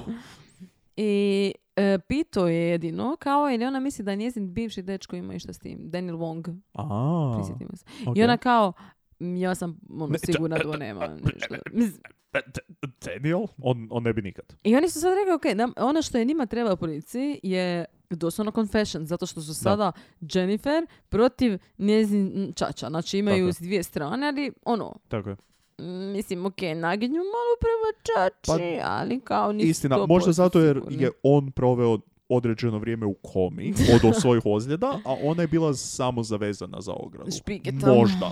[SPEAKER 5] I e, pitao je jedino, kao je li ona misli da njezin bivši dečko ima išta s tim, Daniel Wong,
[SPEAKER 4] A,
[SPEAKER 5] prisjetimo se.
[SPEAKER 4] ok.
[SPEAKER 5] I ona kao, "M, ja sam ono,
[SPEAKER 4] Ne, ča- [laughs]
[SPEAKER 5] sigurna da ovo nema. ništa." Mislim,
[SPEAKER 4] E, D- Daniel? On, on ne bi nikad.
[SPEAKER 5] I oni su sad rekli, ok, nam- ono što je njima treba u policiji je doslovno confession, zato što su sada Jennifer protiv njezin čača. Znači imaju
[SPEAKER 4] Tako je.
[SPEAKER 5] s dvije strane, ali ono,
[SPEAKER 4] Tako je.
[SPEAKER 5] Mm, Mislim, ok, naginju malo prema čači, ali kao nisu
[SPEAKER 4] Pa, Istina,
[SPEAKER 5] 100%
[SPEAKER 4] možda zato jer
[SPEAKER 5] sigurni.
[SPEAKER 4] je on proveo određeno vrijeme u
[SPEAKER 5] [laughs]
[SPEAKER 4] komi od svojih ozljeda, a ona je bila samo zavezana za ogradu.
[SPEAKER 5] Špigetom.
[SPEAKER 4] Možda.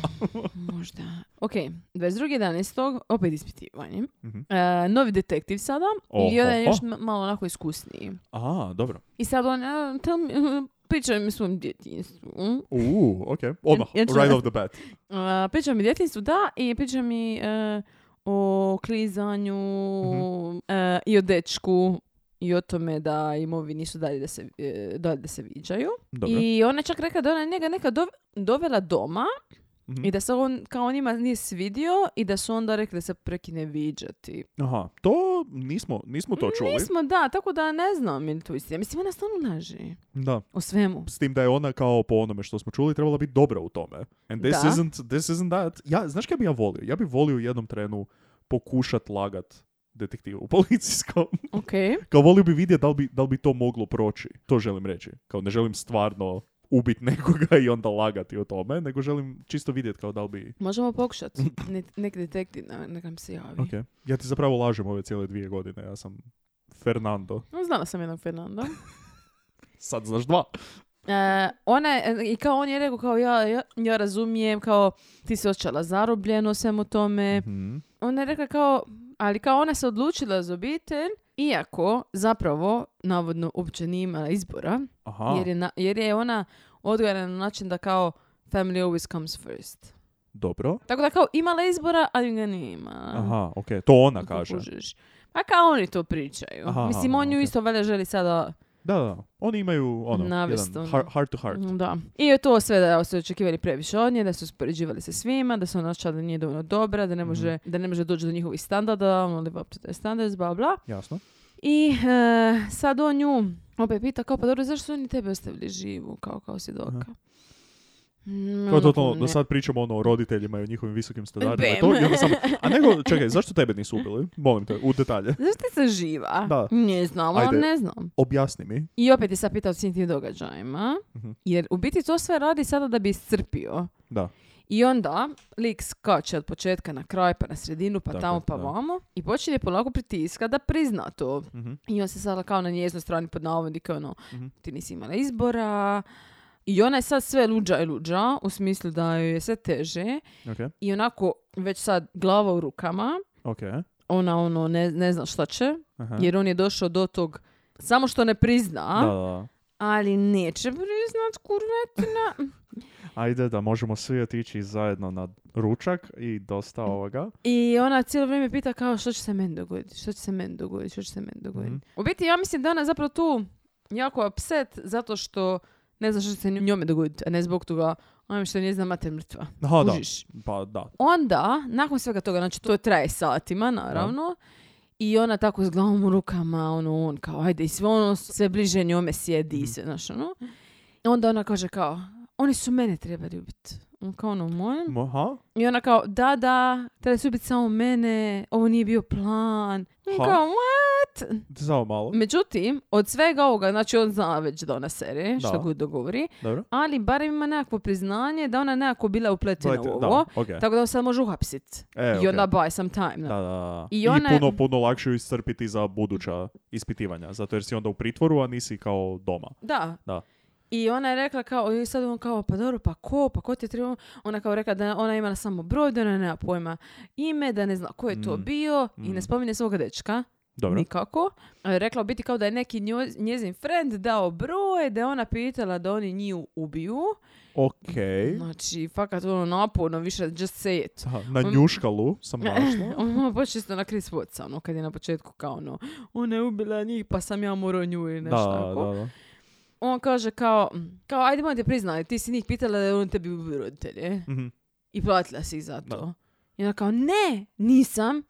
[SPEAKER 5] Možda. Ok, 22.11. opet ispitivanje.
[SPEAKER 4] Mhm.
[SPEAKER 5] E, novi detektiv sada [laughs] i
[SPEAKER 4] Oho.
[SPEAKER 5] onda je još ma- malo onako iskusniji.
[SPEAKER 4] A, dobro.
[SPEAKER 5] I sad on, a, tell me, priča mi o svom djetinjstvu.
[SPEAKER 4] U, ok. Odmah,
[SPEAKER 5] Ja ću-
[SPEAKER 4] right off the bat.
[SPEAKER 5] E, priča mi o djetinjstvu, da, i priča mi e, o klizanju
[SPEAKER 4] Mhm.
[SPEAKER 5] e, i o dečku i o tome da imovi nisu dalje da se, e, dalje da se viđaju.
[SPEAKER 4] Dobro.
[SPEAKER 5] I ona je čak rekla da ona je njega nekad dov- dovela doma
[SPEAKER 4] Mhm.
[SPEAKER 5] i da se on kao njima nije svidio i da su onda rekli da se prekine viđati.
[SPEAKER 4] Aha, to nismo, nismo to čuli.
[SPEAKER 5] Nismo, da, tako da ne znam je li to istina. Mislim, ona stalno laži
[SPEAKER 4] Da.
[SPEAKER 5] o
[SPEAKER 4] [laughs]
[SPEAKER 5] svemu.
[SPEAKER 4] S tim da je ona kao po onome što smo čuli trebala biti dobra u tome. And this
[SPEAKER 5] Da.
[SPEAKER 4] isn't, this isn't that. Ja, znaš kaj bi ja volio? Ja bi volio u jednom trenu pokušat lagat detektivu [laughs] policijskom.
[SPEAKER 5] Ok.
[SPEAKER 4] Kao volio bi vidjeti da li bi, da li bi to moglo proći. To želim reći. Kao ne želim stvarno ubit nekoga i onda lagati o tome, nego želim čisto vidjeti kao da li bi...
[SPEAKER 5] Možemo
[SPEAKER 4] [laughs]
[SPEAKER 5] pokušati. Ne, neki detektiv na, nek nam se javi.
[SPEAKER 4] Ok. Ja ti zapravo lažem ove cijele dvije godine. Ja sam Fernando.
[SPEAKER 5] No, Znala sam jednog Fernanda.
[SPEAKER 4] Sad znaš dva.
[SPEAKER 5] E, ona je, i kao on je rekao kao ja, ja, ja razumijem, kao ti se osjećala zarobljeno svemu tome.
[SPEAKER 4] Mhm.
[SPEAKER 5] Ona je rekla kao, ali kao ona se odlučila za obitelj, iako zapravo, navodno, uopće nije imala izbora,
[SPEAKER 4] Aha.
[SPEAKER 5] jer je, na- jer je ona odgojena na način da kao family always comes first.
[SPEAKER 4] Dobro.
[SPEAKER 5] Tako da kao imala izbora, ali ga nije imala.
[SPEAKER 4] Aha, ok. To ona
[SPEAKER 5] Ako
[SPEAKER 4] kaže.
[SPEAKER 5] kužiš. A Pa kao oni to pričaju.
[SPEAKER 4] Aha,
[SPEAKER 5] Mislim, on ju
[SPEAKER 4] okej.
[SPEAKER 5] isto valjda želi sada...
[SPEAKER 4] Da, da. Oni imaju ono,
[SPEAKER 5] Navest,
[SPEAKER 4] jedan
[SPEAKER 5] ono.
[SPEAKER 4] heart, heart to heart.
[SPEAKER 5] Da. I je to sve da su očekivali previše od nje, da su uspoređivali se svima, da se ona osjećala da nije dovoljno dobra,
[SPEAKER 4] Mhm.
[SPEAKER 5] da ne može, da ne može doći do njihovih standarda, ono live up to their standards, bla bla.
[SPEAKER 4] Jasno.
[SPEAKER 5] I e, sad on nju opet pita kao, pa dobro, zašto su oni tebe ostavili živu, kao, kao svjedoka? Mm,
[SPEAKER 4] Kao
[SPEAKER 5] ono,
[SPEAKER 4] totalno, do
[SPEAKER 5] ne.
[SPEAKER 4] sad pričamo ono o roditeljima i o njihovim visokim standardima.
[SPEAKER 5] Bem.
[SPEAKER 4] i To, i onda samo- a
[SPEAKER 5] [laughs]
[SPEAKER 4] nego, čekaj, zašto tebe nisu ubili? Molim te, u detalje.
[SPEAKER 5] Zašto ti se živa?
[SPEAKER 4] Da.
[SPEAKER 5] Ne znam, ali
[SPEAKER 4] Ajde.
[SPEAKER 5] ne znam.
[SPEAKER 4] Objasni mi.
[SPEAKER 5] I opet je sad pitao o svim tim događajima,
[SPEAKER 4] Mhm.
[SPEAKER 5] jer u biti to sve radi sada da bi iscrpio.
[SPEAKER 4] Da.
[SPEAKER 5] I onda lik skače od početka na kraj, pa na sredinu, pa
[SPEAKER 4] Tako
[SPEAKER 5] tamo,
[SPEAKER 4] je,
[SPEAKER 5] pa
[SPEAKER 4] da.
[SPEAKER 5] vamo. I počinje polako pritiska da prizna to.
[SPEAKER 4] Mhm.
[SPEAKER 5] I on se sada kao na njeznoj strani pod navodnike, ono,
[SPEAKER 4] Mhm.
[SPEAKER 5] ti nisi imala izbora. I ona je sad sve luđa i luđa, u smislu da joj je sve teže.
[SPEAKER 4] Ok.
[SPEAKER 5] I onako, već sad glava u rukama,
[SPEAKER 4] Ok.
[SPEAKER 5] ona ono ne, ne zna šta će,
[SPEAKER 4] Aha.
[SPEAKER 5] jer on je došao do tog, samo što ne prizna,
[SPEAKER 4] Da, da, da.
[SPEAKER 5] ali neće priznat kurvetina.
[SPEAKER 4] Ajde da možemo svi otići zajedno na ručak i dosta
[SPEAKER 5] Mm.
[SPEAKER 4] ovoga.
[SPEAKER 5] I ona cijelo vrijeme pita kao što će se meni dogoditi, što će se meni dogoditi, što će se meni dogoditi.
[SPEAKER 4] Mhm.
[SPEAKER 5] U biti ja mislim da ona je zapravo tu jako upset zato što ne zna što će se njome dogoditi, a ne zbog toga onim što je njezina mater mrtva.
[SPEAKER 4] Aha, da.
[SPEAKER 5] Kužiš?
[SPEAKER 4] Pa da.
[SPEAKER 5] Onda, nakon svega toga, znači to traje satima, naravno, i ona tako s glavom u rukama, ono, on kao, ajde, i sve ono, sve bliže njome sjedi
[SPEAKER 4] Mhm.
[SPEAKER 5] i sve, znaš, ono. I onda ona kaže kao, oni su mene trebali ubiti. On kao, ono, molim?
[SPEAKER 4] Aha.
[SPEAKER 5] I ona kao, da, da, treba se ubiti samo mene, ovo nije bio plan. I
[SPEAKER 4] Ha.
[SPEAKER 5] kao, what?
[SPEAKER 4] Samo malo.
[SPEAKER 5] Mm. Međutim, od svega ovoga, znači on zna već da ona sere, što
[SPEAKER 4] Da.
[SPEAKER 5] god dogovori,
[SPEAKER 4] Dobro.
[SPEAKER 5] ali barem ima nekakvo priznanje da ona je nekako bila upletena u
[SPEAKER 4] Gledajte,
[SPEAKER 5] ovo,
[SPEAKER 4] da, ok.
[SPEAKER 5] tako da on sad može uhapsit.
[SPEAKER 4] E,
[SPEAKER 5] I
[SPEAKER 4] ok.
[SPEAKER 5] onda buy some time.
[SPEAKER 4] Da, da, da.
[SPEAKER 5] I
[SPEAKER 4] I,
[SPEAKER 5] ona-
[SPEAKER 4] puno, puno lakše ju iscrpiti za buduća ispitivanja, zato jer si onda u pritvoru, a nisi kao doma.
[SPEAKER 5] Da.
[SPEAKER 4] Da.
[SPEAKER 5] I ona je rekla kao, i sad on kao, pa dobro, pa ko, pa ko ti je trebao? Ona kao rekla da ona ima samo broj, da ona nema pojma ime, da ne zna ko je to
[SPEAKER 4] Mm.
[SPEAKER 5] bio i ne
[SPEAKER 4] Mm.
[SPEAKER 5] spominje svoga dečka.
[SPEAKER 4] Dobro.
[SPEAKER 5] Nikako. A je Rekla u biti kao da je neki njo- njezin friend dao broj, da je ona pitala da oni nju ubiju.
[SPEAKER 4] Ok.
[SPEAKER 5] Znači, fakat ono naporno, više just say it.
[SPEAKER 4] Da, na njuškalu sam našla.
[SPEAKER 5] [laughs] Ono počeo isto na Chris Watts, ono, kad je na početku kao ono, ona je ubila njih, pa sam ja morao nju i
[SPEAKER 4] da,
[SPEAKER 5] nešto
[SPEAKER 4] da,
[SPEAKER 5] tako.
[SPEAKER 4] da.
[SPEAKER 5] On kaže kao, mm, kao ajde mojte priznaj, ti si njih pitala da je on tebi ubio roditelje.
[SPEAKER 4] Mhm.
[SPEAKER 5] I platila si ih za to.
[SPEAKER 4] Da.
[SPEAKER 5] I ona kao, ne, nisam.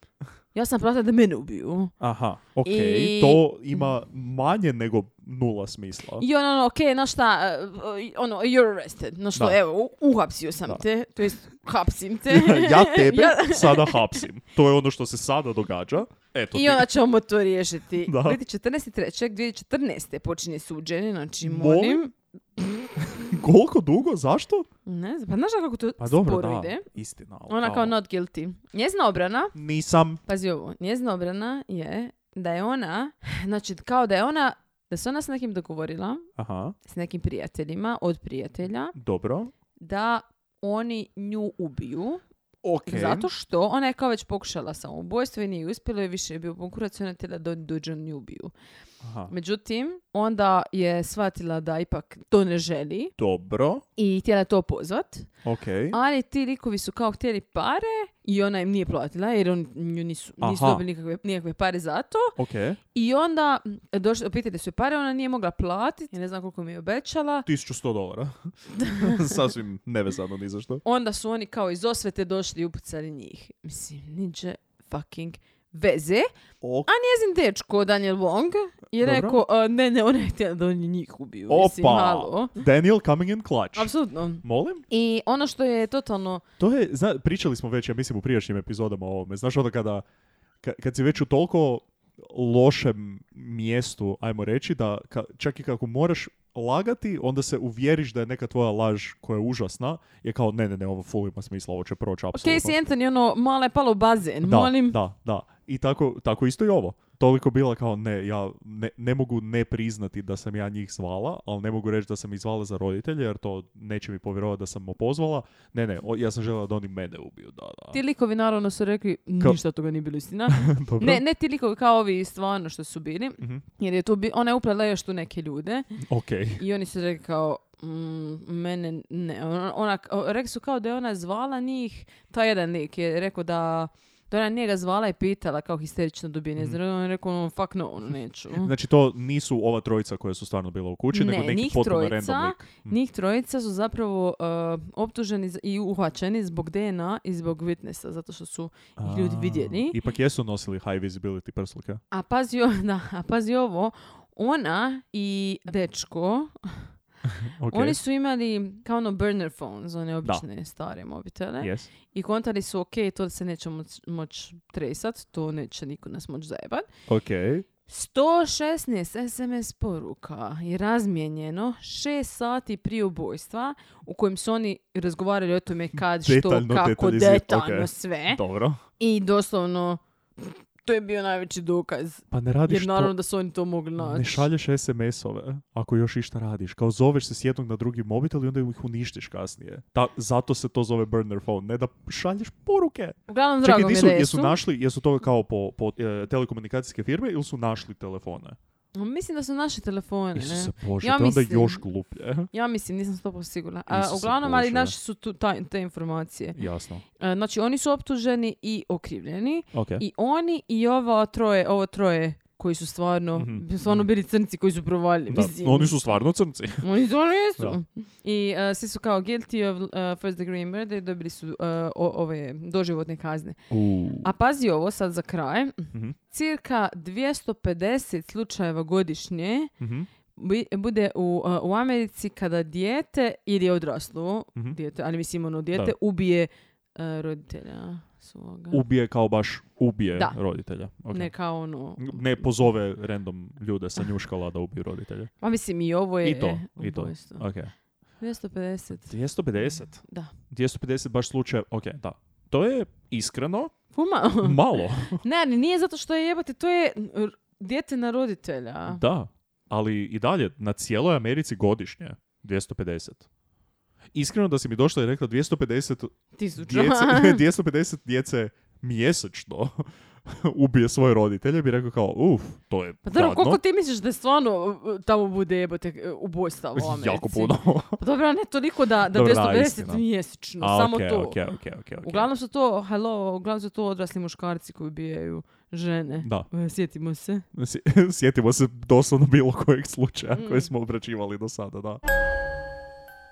[SPEAKER 5] Ja sam platila da mene ubiju.
[SPEAKER 4] Aha, ok,
[SPEAKER 5] I-
[SPEAKER 4] to ima manje nego nula smisla.
[SPEAKER 5] I ono, ono, okej, znaš šta, uh, uh, ono, you're arrested. No što,
[SPEAKER 4] Da.
[SPEAKER 5] evo, u- uhapsio sam
[SPEAKER 4] Da.
[SPEAKER 5] te, to jest, hapsim te. [laughs]
[SPEAKER 4] ja tebe
[SPEAKER 5] Ja-
[SPEAKER 4] sada hapsim. To je ono što se sada događa. Eto ti.
[SPEAKER 5] I onda ćemo to riješiti.
[SPEAKER 4] Da.
[SPEAKER 5] 14.3. 2014. počinje suđenje, znači
[SPEAKER 4] Molim?
[SPEAKER 5] molim.
[SPEAKER 4] Koliko dugo? Zašto?
[SPEAKER 5] Ne znam, pa znaš kako to
[SPEAKER 4] Pa dobro,
[SPEAKER 5] sporo
[SPEAKER 4] da.
[SPEAKER 5] ide?
[SPEAKER 4] Istina. ali
[SPEAKER 5] Ona kao not guilty. Njezina obrana,
[SPEAKER 4] Nisam.
[SPEAKER 5] pazi ovo, njezina obrana je da je ona, znači kao da je ona, da se ona s nekim dogovorila,
[SPEAKER 4] Aha,
[SPEAKER 5] s nekim prijateljima, od prijatelja,
[SPEAKER 4] dobro.
[SPEAKER 5] da oni nju ubiju.
[SPEAKER 4] Ok.
[SPEAKER 5] Zato što ona je kao već pokušala samoubojstvo i nije uspjela i više je bio konkurac i ona je htjela da oni dođu i nju ubiju.
[SPEAKER 4] Aha.
[SPEAKER 5] Međutim, onda je shvatila da ipak to ne želi
[SPEAKER 4] Dobro,
[SPEAKER 5] i htjela je to pozvat.
[SPEAKER 4] ok.
[SPEAKER 5] Ali ti likovi su kao htjeli pare i ona im nije platila jer on nju nisu, nisu
[SPEAKER 4] Aha.
[SPEAKER 5] dobili nikakve, nikakve pare za to.
[SPEAKER 4] Ok.
[SPEAKER 5] I onda m, došli, pitali su je pare, ona nije mogla platiti, ja ne znam koliko mi je obećala.
[SPEAKER 4] 1100
[SPEAKER 5] [laughs]
[SPEAKER 4] dolara. Sasvim nevezano ni za što.
[SPEAKER 5] Onda su oni kao iz osvete došli i upucali njih. Mislim, niđe fucking veze.
[SPEAKER 4] Ok.
[SPEAKER 5] Njezin dečko, Daniel Wong, je
[SPEAKER 4] Dobro.
[SPEAKER 5] rekao, "A, ne, ne, ona je htjela da oni njih ubiju. Mislim,
[SPEAKER 4] Opa!
[SPEAKER 5] halo.
[SPEAKER 4] Daniel coming in clutch.
[SPEAKER 5] Apsolutno.
[SPEAKER 4] Molim?
[SPEAKER 5] I ono što je totalno
[SPEAKER 4] To je, zna, pričali smo već, ja mislim, u prijašnjim epizodama o ovome. Znaš, onda kada, ka- kad si već u toliko lošem mjestu, ajmo reći, da ka- čak i kako moraš lagati, onda se uvjeriš da je neka tvoja laž koja je užasna, je kao, ne, ne, ne, ovo full ima smisla, ovo će proći, apsolutno.
[SPEAKER 5] Casey Anthony, ono, mala je pala u bazen,
[SPEAKER 4] Pa da,
[SPEAKER 5] molim.
[SPEAKER 4] Da, da. I tako, tako isto i ovo. Toliko bila kao, ne, ja ne, ne mogu ne priznati da sam ja njih zvala, ali ne mogu reći da sam ih zvala za roditelje, jer to neće mi povjerovati da sam opozvala. Ne, ne, o- ja sam željela da oni mene ubiju, da, da.
[SPEAKER 5] Ti likovi naravno su rekli,
[SPEAKER 4] Kao-
[SPEAKER 5] ništa od toga nije bilo istina.
[SPEAKER 4] [laughs] Dobro.
[SPEAKER 5] ne, ne ti likovi kao ovi stvarno što su bili,
[SPEAKER 4] Mhm.
[SPEAKER 5] jer je tu bi, ona je uplela još tu neke ljude
[SPEAKER 4] Ok.
[SPEAKER 5] i oni su rekli kao, "Mm, mene ne, ona, ona- o, rekli su kao da je ona zvala njih, taj jedan lik je rekao da, da ona nije ga zvala i pitala kao histerično dobije mm. on je rekao, ono, fuck no, ono, neću.
[SPEAKER 4] Znači to nisu ova trojica koja su stvarno bila u kući,
[SPEAKER 5] Ne,
[SPEAKER 4] nego neki
[SPEAKER 5] njih
[SPEAKER 4] potpuno
[SPEAKER 5] trojica.
[SPEAKER 4] random lik. Mm.
[SPEAKER 5] Njih trojica su zapravo uh, optuženi za- i uhvaćeni zbog DNA i zbog witnessa, zato što su ih ljudi
[SPEAKER 4] A,
[SPEAKER 5] vidjeli.
[SPEAKER 4] Ipak jesu nosili high visibility prsluke.
[SPEAKER 5] A pazi, o- [laughs] da, a pazi ovo, ona i dečko,
[SPEAKER 4] Ok.
[SPEAKER 5] oni su imali kao ono burner phones, one obične stare mobitele.
[SPEAKER 4] Yes.
[SPEAKER 5] I kontali su, ok, to se neće moć, moć tresat, to neće niko nas moć zajebat.
[SPEAKER 4] Ok.
[SPEAKER 5] 116 SMS poruka je razmijenjeno 6 sati prije ubojstva u kojem su oni razgovarali o tome kad, što,
[SPEAKER 4] Detaljno
[SPEAKER 5] kako,
[SPEAKER 4] detaljizir-
[SPEAKER 5] detaljno
[SPEAKER 4] ok.
[SPEAKER 5] sve.
[SPEAKER 4] Dobro.
[SPEAKER 5] I doslovno, to je bio najveći dokaz.
[SPEAKER 4] Pa ne radiš
[SPEAKER 5] Jer
[SPEAKER 4] to-
[SPEAKER 5] naravno da su oni to mogli naći.
[SPEAKER 4] Ne šalješ SMS-ove ako još išta radiš. Kao zoveš se s jednog na drugi mobitel i onda ih uništiš kasnije. Ta, zato se to zove burner phone. Ne da šalješ poruke.
[SPEAKER 5] Uglavnom, drago
[SPEAKER 4] Čekaj,
[SPEAKER 5] mi je
[SPEAKER 4] nisu,
[SPEAKER 5] da
[SPEAKER 4] jesu
[SPEAKER 5] jesu.
[SPEAKER 4] našli, jesu to kao po, po e, telekomunikacijske firme ili su našli telefone?
[SPEAKER 5] Mislim da su naši telefoni.
[SPEAKER 4] Isuse
[SPEAKER 5] Ne?
[SPEAKER 4] Bože,
[SPEAKER 5] Ja
[SPEAKER 4] to je onda
[SPEAKER 5] mislim-
[SPEAKER 4] još gluplje. [laughs]
[SPEAKER 5] Ja mislim, nisam 100% sigurna. A,
[SPEAKER 4] Isuse
[SPEAKER 5] uglavnom, ali
[SPEAKER 4] Bože.
[SPEAKER 5] naši su tu taj- te informacije.
[SPEAKER 4] Jasno.
[SPEAKER 5] A, znači, oni su optuženi i okrivljeni.
[SPEAKER 4] Ok.
[SPEAKER 5] I oni i ovo troje, ovo troje koji su stvarno,
[SPEAKER 4] Mhm.
[SPEAKER 5] stvarno bili crnci koji su provalili.
[SPEAKER 4] Da,
[SPEAKER 5] mislim.
[SPEAKER 4] oni su stvarno crnci.
[SPEAKER 5] [laughs] Oni stvarno jesu.
[SPEAKER 4] Da.
[SPEAKER 5] I a, svi su kao guilty of a, first degree murder i dobili su a, o- ove doživotne kazne.
[SPEAKER 4] [laughs]
[SPEAKER 5] A pazi ovo sad za kraj.
[SPEAKER 4] Mhm.
[SPEAKER 5] Cirka 250 slučajeva godišnje
[SPEAKER 4] Mhm.
[SPEAKER 5] bi- bude u, a, u Americi kada dijete ili odraslo
[SPEAKER 4] Mhm.
[SPEAKER 5] dijete, ali mislim ono dijete
[SPEAKER 4] Da.
[SPEAKER 5] ubije a, roditelja svoga.
[SPEAKER 4] Ubije kao baš ubije
[SPEAKER 5] Da.
[SPEAKER 4] roditelja. Ok.
[SPEAKER 5] Ne kao ono...
[SPEAKER 4] Ne pozove random ljude sa njuškala da ubiju roditelje.
[SPEAKER 5] Pa mislim i ovo je
[SPEAKER 4] I to, i to.
[SPEAKER 5] ubojstvo.
[SPEAKER 4] Ok.
[SPEAKER 5] 250.
[SPEAKER 4] 250?
[SPEAKER 5] Mm, Da.
[SPEAKER 4] 250 baš slučaj, ok, da. To je
[SPEAKER 5] [laughs]
[SPEAKER 4] iskreno [laughs]
[SPEAKER 5] Fuma. [laughs]
[SPEAKER 4] malo,
[SPEAKER 5] ne, ali nije zato što je jebate, to je r- dijete na roditelja.
[SPEAKER 4] da. Ali i dalje, na cijeloj Americi godišnje 250. Iskreno da si mi došla i rekla 250
[SPEAKER 5] Tisuća.
[SPEAKER 4] djece, [laughs] 250 djece mjesečno [laughs] ubije svoje roditelje, bi rekao kao, uf, to je
[SPEAKER 5] [laughs] Pa dobro,
[SPEAKER 4] gadno.
[SPEAKER 5] koliko ti misliš da stvarno uh, tamo bude jebote uh, ubojstava u Americi?
[SPEAKER 4] Jako
[SPEAKER 5] [laughs]
[SPEAKER 4] puno.
[SPEAKER 5] Pa dobro, ne toliko da, da
[SPEAKER 4] Dobro, da,
[SPEAKER 5] 250
[SPEAKER 4] istina.
[SPEAKER 5] mjesečno,
[SPEAKER 4] A,
[SPEAKER 5] samo
[SPEAKER 4] ok,
[SPEAKER 5] to.
[SPEAKER 4] ok, ok, ok, ok.
[SPEAKER 5] Uglavnom su to, hello, uglavnom su to odrasli muškarci koji ubijaju žene.
[SPEAKER 4] Da, [laughs]
[SPEAKER 5] E, Sjetimo se.
[SPEAKER 4] sj- sjetimo se doslovno bilo kojeg slučaja
[SPEAKER 5] Mm.
[SPEAKER 4] koji smo obrađivali do sada, da.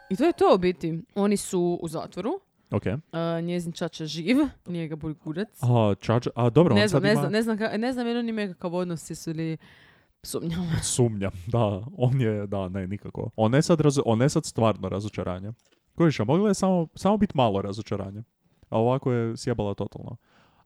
[SPEAKER 5] I to je to u biti. Oni su u zatvoru.
[SPEAKER 4] Ok.
[SPEAKER 5] A, njezin čača živ, nije ga burgurac.
[SPEAKER 4] A, čača, a dobro,
[SPEAKER 5] Ne
[SPEAKER 4] on
[SPEAKER 5] znam,
[SPEAKER 4] sad
[SPEAKER 5] ne
[SPEAKER 4] ima...
[SPEAKER 5] znam, ne znam, ka- ne znam je li on ima kakav odnos, jesu li sumnjam. [laughs]
[SPEAKER 4] Sumnjam, [laughs] da, on je, da, ne, nikako. Ona je sad, razo- ona je sad stvarno razočaranje. Kojiš, a mogla je samo, samo biti malo razočaranje. A ovako je sjebala totalno.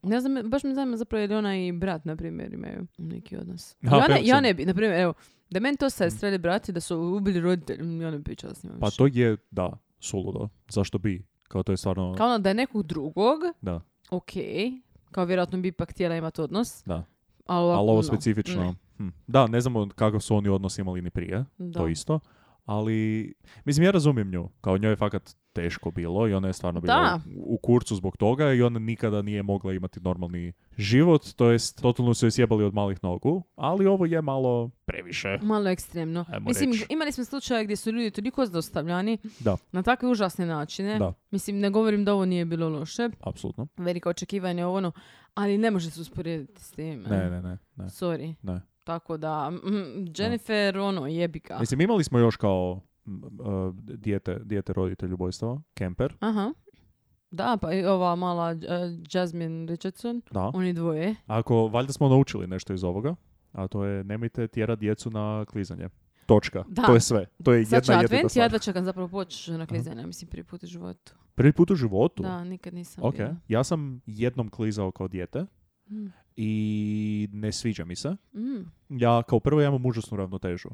[SPEAKER 5] Ne znam, baš me zanima zapravo je li ona i brat, na primjer, imaju neki
[SPEAKER 4] [laughs]
[SPEAKER 5] odnos.
[SPEAKER 4] A,
[SPEAKER 5] ja, ne,
[SPEAKER 4] pevač
[SPEAKER 5] ja
[SPEAKER 4] je.
[SPEAKER 5] ne bi, na primjer, evo, da je meni to sestra ili brati da su ubili roditelji, mm, ja ne bi pričala s njima
[SPEAKER 4] Mm. Pa
[SPEAKER 5] više.
[SPEAKER 4] to je, da, suludo. Zašto bi? Kao to je stvarno...
[SPEAKER 5] Kao ono da je nekog drugog,
[SPEAKER 4] Da,
[SPEAKER 5] ok, kao vjerojatno bi ipak htjela imati odnos.
[SPEAKER 4] Da.
[SPEAKER 5] Ali ovako,
[SPEAKER 4] ali ovo
[SPEAKER 5] ono,
[SPEAKER 4] specifično...
[SPEAKER 5] ne.
[SPEAKER 4] Hm. Da, ne znamo kakav su oni odnos imali ni prije,
[SPEAKER 5] Da.
[SPEAKER 4] to isto. Ali, mislim, ja razumijem nju. Kao njoj je fakat teško bilo i ona je stvarno bila
[SPEAKER 5] Da.
[SPEAKER 4] u, u kurcu zbog toga i ona nikada nije mogla imati normalni život, to jest totalno su je sjebali od malih nogu, ali ovo je malo previše.
[SPEAKER 5] Malo ekstremno.
[SPEAKER 4] Ajmo
[SPEAKER 5] Mislim,
[SPEAKER 4] reći.
[SPEAKER 5] imali smo slučaje gdje su ljudi toliko zlostavljani
[SPEAKER 4] Da.
[SPEAKER 5] na takve užasne načine.
[SPEAKER 4] Da.
[SPEAKER 5] Mislim, ne govorim da ovo nije bilo loše,
[SPEAKER 4] Apsolutno.
[SPEAKER 5] velika očekivanja ovo ono, ali ne može se usporediti s tim.
[SPEAKER 4] Ne, ne, ne. ne.
[SPEAKER 5] Sorry.
[SPEAKER 4] Ne.
[SPEAKER 5] Tako da, mm, Jennifer, ono, jebi ga.
[SPEAKER 4] Mislim, imali smo još kao m, uh, dijete, dijete roditelj ubojstava, Kemper,
[SPEAKER 5] Aha. Da, pa i ova mala uh, Jasmine Richardson,
[SPEAKER 4] da.
[SPEAKER 5] oni dvoje.
[SPEAKER 4] Ako, valjda smo naučili nešto iz ovoga, a to je nemojte tjera djecu na klizanje. Točka.
[SPEAKER 5] Da.
[SPEAKER 4] To je sve. To je
[SPEAKER 5] Sad će
[SPEAKER 4] jedna jedina
[SPEAKER 5] advent, ja
[SPEAKER 4] stvar.
[SPEAKER 5] jedva čekam zapravo počeš na klizanje, mislim, prvi put u životu.
[SPEAKER 4] Prvi put u životu?
[SPEAKER 5] Da, nikad nisam
[SPEAKER 4] Ok.
[SPEAKER 5] bila.
[SPEAKER 4] Ja sam jednom klizao kao dijete
[SPEAKER 5] Mm.
[SPEAKER 4] i ne sviđa mi se.
[SPEAKER 5] Mm.
[SPEAKER 4] Ja kao prvo ja imam užasnu ravnotežu.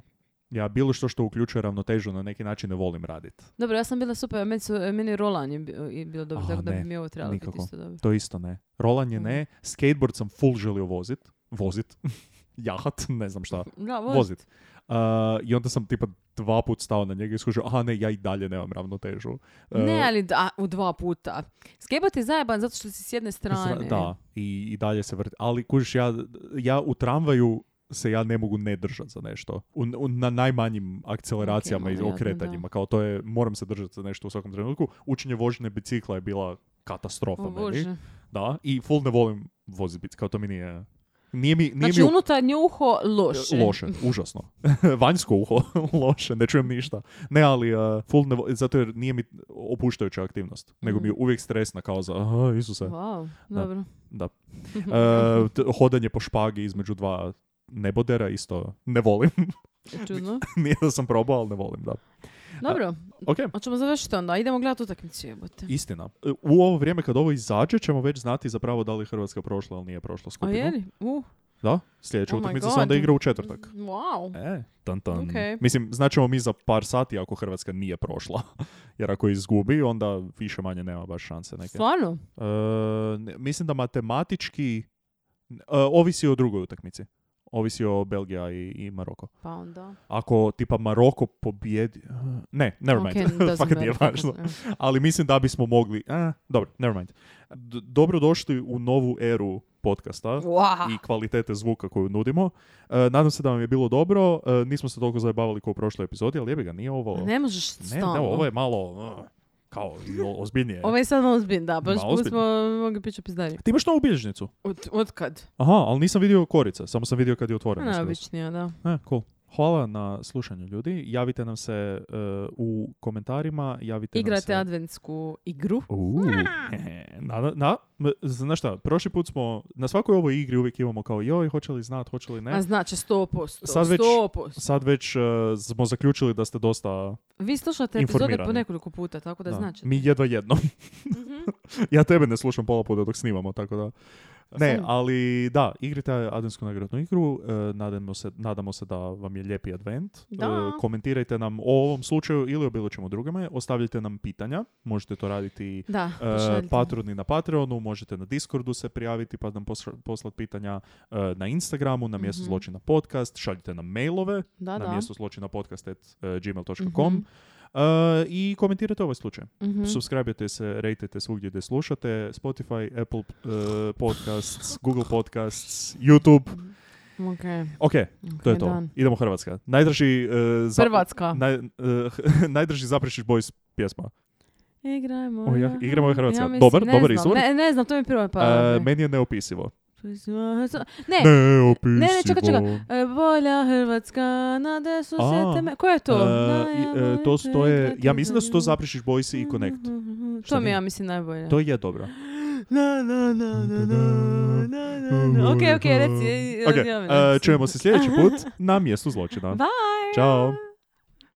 [SPEAKER 4] Ja bilo što što uključuje ravnotežu na neki način ne volim radit.
[SPEAKER 5] Dobro, ja sam bila super, meni, su, e, meni Roland je bio, je bilo dobro,
[SPEAKER 4] Aha,
[SPEAKER 5] tako da
[SPEAKER 4] ne,
[SPEAKER 5] bi mi ovo trebalo biti
[SPEAKER 4] nikako.
[SPEAKER 5] isto dobro.
[SPEAKER 4] To isto ne. Rolanje ne.
[SPEAKER 5] Hmm.
[SPEAKER 4] Skateboard sam full želio vozit. Vozit. [laughs] Jahat. Ne znam šta.
[SPEAKER 5] Da, vozi.
[SPEAKER 4] Vozit. Uh, I onda sam tipa dva put stao na njega i skužio, aha ne, ja i dalje nemam ravnotežu. Uh,
[SPEAKER 5] Ne, ali da, u dva puta. Skateboard je zajeban zato što si s jedne
[SPEAKER 4] Zra-
[SPEAKER 5] strane.
[SPEAKER 4] Da, i, i dalje se vrti. Ali kužiš, ja, ja u tramvaju se ja ne mogu ne držati za nešto. U, u- na najmanjim akceleracijama
[SPEAKER 5] Ok,
[SPEAKER 4] i
[SPEAKER 5] malo jadno,
[SPEAKER 4] okretanjima. Kao to je, moram se držati za nešto u svakom trenutku. Učenje vožnje bicikla je bila katastrofa
[SPEAKER 5] O
[SPEAKER 4] meni.
[SPEAKER 5] Bože.
[SPEAKER 4] Da, i full ne volim voziti bicikla. Kao to mi nije... Nije mi, nije
[SPEAKER 5] Znači,
[SPEAKER 4] mi u-
[SPEAKER 5] unutarnje uho loše.
[SPEAKER 4] E, Loše, užasno. [laughs] Vanjsko uho, [laughs] loše, ne čujem ništa. Ne, ali uh, full ne vo- zato jer nije mi opuštajuća aktivnost, nego
[SPEAKER 5] Mm.
[SPEAKER 4] mi je uvijek stresna kao za, aha, Isuse,
[SPEAKER 5] Wow,
[SPEAKER 4] Da.
[SPEAKER 5] dobro.
[SPEAKER 4] da. E, t- hodanje po špagi između dva nebodera isto ne volim. [laughs]
[SPEAKER 5] E, [laughs] Čudno.
[SPEAKER 4] Nije da sam probao, ali ne volim, da.
[SPEAKER 5] Dobro,
[SPEAKER 4] Ok,
[SPEAKER 5] hoćemo završiti onda. Idemo gledati utakmicu jebote.
[SPEAKER 4] istina. E, U ovo vrijeme kad ovo izađe ćemo već znati zapravo da li je Hrvatska prošla ili nije prošla
[SPEAKER 5] A
[SPEAKER 4] skupinu.
[SPEAKER 5] je li? Uh,
[SPEAKER 4] Da, sljedeća
[SPEAKER 5] Oh my
[SPEAKER 4] utakmica se
[SPEAKER 5] God.
[SPEAKER 4] onda igra u četvrtak.
[SPEAKER 5] wow.
[SPEAKER 4] E, tan, tan.
[SPEAKER 5] Ok.
[SPEAKER 4] Mislim, znaćemo mi za par sati ako Hrvatska nije prošla. [laughs] Jer ako izgubi, onda više manje nema baš šanse neke.
[SPEAKER 5] Stvarno?
[SPEAKER 4] E, ne- mislim da matematički e, ovisi o drugoj utakmici. Ovisi o Belgija i, i Maroko.
[SPEAKER 5] Pa onda.
[SPEAKER 4] Ako tipa Maroko pobjedi... eh, Ne, never mind.
[SPEAKER 5] Ok,
[SPEAKER 4] [laughs]
[SPEAKER 5] doesn't
[SPEAKER 4] Fakat nije
[SPEAKER 5] matter. E,
[SPEAKER 4] važno. Ali mislim da bismo mogli... A, dobro, never mind. D- dobro došli u novu eru podcasta
[SPEAKER 5] Wow.
[SPEAKER 4] i kvalitete zvuka koju nudimo. E, nadam se da vam je bilo dobro. E, nismo se toliko zajebavali kao u prošloj epizodi, ali jebi ga, nije ovo...
[SPEAKER 5] Ne možeš
[SPEAKER 4] ne,
[SPEAKER 5] stalno.
[SPEAKER 4] ne, ovo je malo... uh, kao, o- ozbiljnije.
[SPEAKER 5] Ovo je sad ozbiljno, da, baš
[SPEAKER 4] Ma,
[SPEAKER 5] tu
[SPEAKER 4] ozbiljno.
[SPEAKER 5] smo mogli pići pizdarije.
[SPEAKER 4] Ti imaš novu bilježnicu?
[SPEAKER 5] Od, od kad?
[SPEAKER 4] Aha, ali nisam vidio korica, samo sam vidio kad je otvorena. skroz.
[SPEAKER 5] Najobičnija, Pa da.
[SPEAKER 4] E, cool. Hvala na slušanju ljudi. Javite nam se e, u komentarima, javite nam se...
[SPEAKER 5] Igrate adventsku igru.
[SPEAKER 4] Uuu, hehe. na, na, na, m, znaš šta, prošli put smo, na svakoj ovoj igri uvijek imamo kao joj, hoće li znat, hoće li
[SPEAKER 5] A
[SPEAKER 4] ne.
[SPEAKER 5] znači 100%.
[SPEAKER 4] Sad već-
[SPEAKER 5] 100%.
[SPEAKER 4] Sad već e, smo zaključili da ste dosta
[SPEAKER 5] Vi slušate epizode po
[SPEAKER 4] Informirani.
[SPEAKER 5] nekoliko puta, tako da,
[SPEAKER 4] Da. E,
[SPEAKER 5] znači.
[SPEAKER 4] Mi jedva jednom.
[SPEAKER 5] Mhm.
[SPEAKER 4] [laughs] ja tebe ne slušam pola puta dok snimamo, tako da... Ne,
[SPEAKER 5] Samo-
[SPEAKER 4] ali da, igrite adventsku nagradnu igru, e, nadamo, se, nadamo se da vam je lijepi advent. E,
[SPEAKER 5] Da.
[SPEAKER 4] komentirajte nam o ovom slučaju ili o bilo čemu drugome, ostavljajte nam pitanja, možete to raditi
[SPEAKER 5] Da,
[SPEAKER 4] e,
[SPEAKER 5] pošaljite.
[SPEAKER 4] patroni na Patreonu, možete na Discordu se prijaviti pa nam posla- poslat pitanja e, na Instagramu, na mjesto
[SPEAKER 5] Mhm. Pa
[SPEAKER 4] zločina podcast, šaljite nam mailove
[SPEAKER 5] da,
[SPEAKER 4] na
[SPEAKER 5] da.
[SPEAKER 4] mjesto zločina podcast at, e, gmail.com
[SPEAKER 5] Mhm.
[SPEAKER 4] e, i komentirajte ovaj slučaj.
[SPEAKER 5] Mhm.
[SPEAKER 4] Subscribe-te se, rejtajte svugdje gdje slušate, Spotify, Apple eh,
[SPEAKER 5] [laughs]
[SPEAKER 4] Podcasts, Google Podcasts, YouTube.
[SPEAKER 5] Ok.
[SPEAKER 4] Ok, to je
[SPEAKER 5] Ok,
[SPEAKER 4] to.
[SPEAKER 5] dan.
[SPEAKER 4] Idemo Hrvatska. Najdraži... eh, za- [laughs]
[SPEAKER 5] Hrvatska.
[SPEAKER 4] Naj, eh, najdraži Zaprešić Boys pjesma.
[SPEAKER 5] Igrajmo.
[SPEAKER 4] O ja, igramo je Hrvatska.
[SPEAKER 5] Ja mislim,
[SPEAKER 4] Dobar,
[SPEAKER 5] ne
[SPEAKER 4] dobar
[SPEAKER 5] znam,
[SPEAKER 4] izvor.
[SPEAKER 5] Ne, ne znam, to mi je prva pa.
[SPEAKER 4] Eh, meni je neopisivo.
[SPEAKER 5] Ne,
[SPEAKER 4] neopisivo.
[SPEAKER 5] ne, čekaj, čekaj. e, volja Hrvatska, nade su
[SPEAKER 4] A,
[SPEAKER 5] se teme. Ko je to?
[SPEAKER 4] Eh,
[SPEAKER 5] Da,
[SPEAKER 4] i,
[SPEAKER 5] ja
[SPEAKER 4] eh, to, to je,
[SPEAKER 5] volim te,
[SPEAKER 4] ja mislim da su to
[SPEAKER 5] volim. Mhm.
[SPEAKER 4] Zaprešić Boys i Connect. Šta
[SPEAKER 5] to mi je,
[SPEAKER 4] nije?
[SPEAKER 5] ja mislim, najbolje.
[SPEAKER 4] To je dobro.
[SPEAKER 5] Na, na, na, na, na, na, na, na. Ok, ok, reci.
[SPEAKER 4] Ok,
[SPEAKER 5] ja- ja- [laughs]
[SPEAKER 4] eh, čujemo se sljedeći put na mjestu zločina.
[SPEAKER 5] Bye!
[SPEAKER 4] Ćao.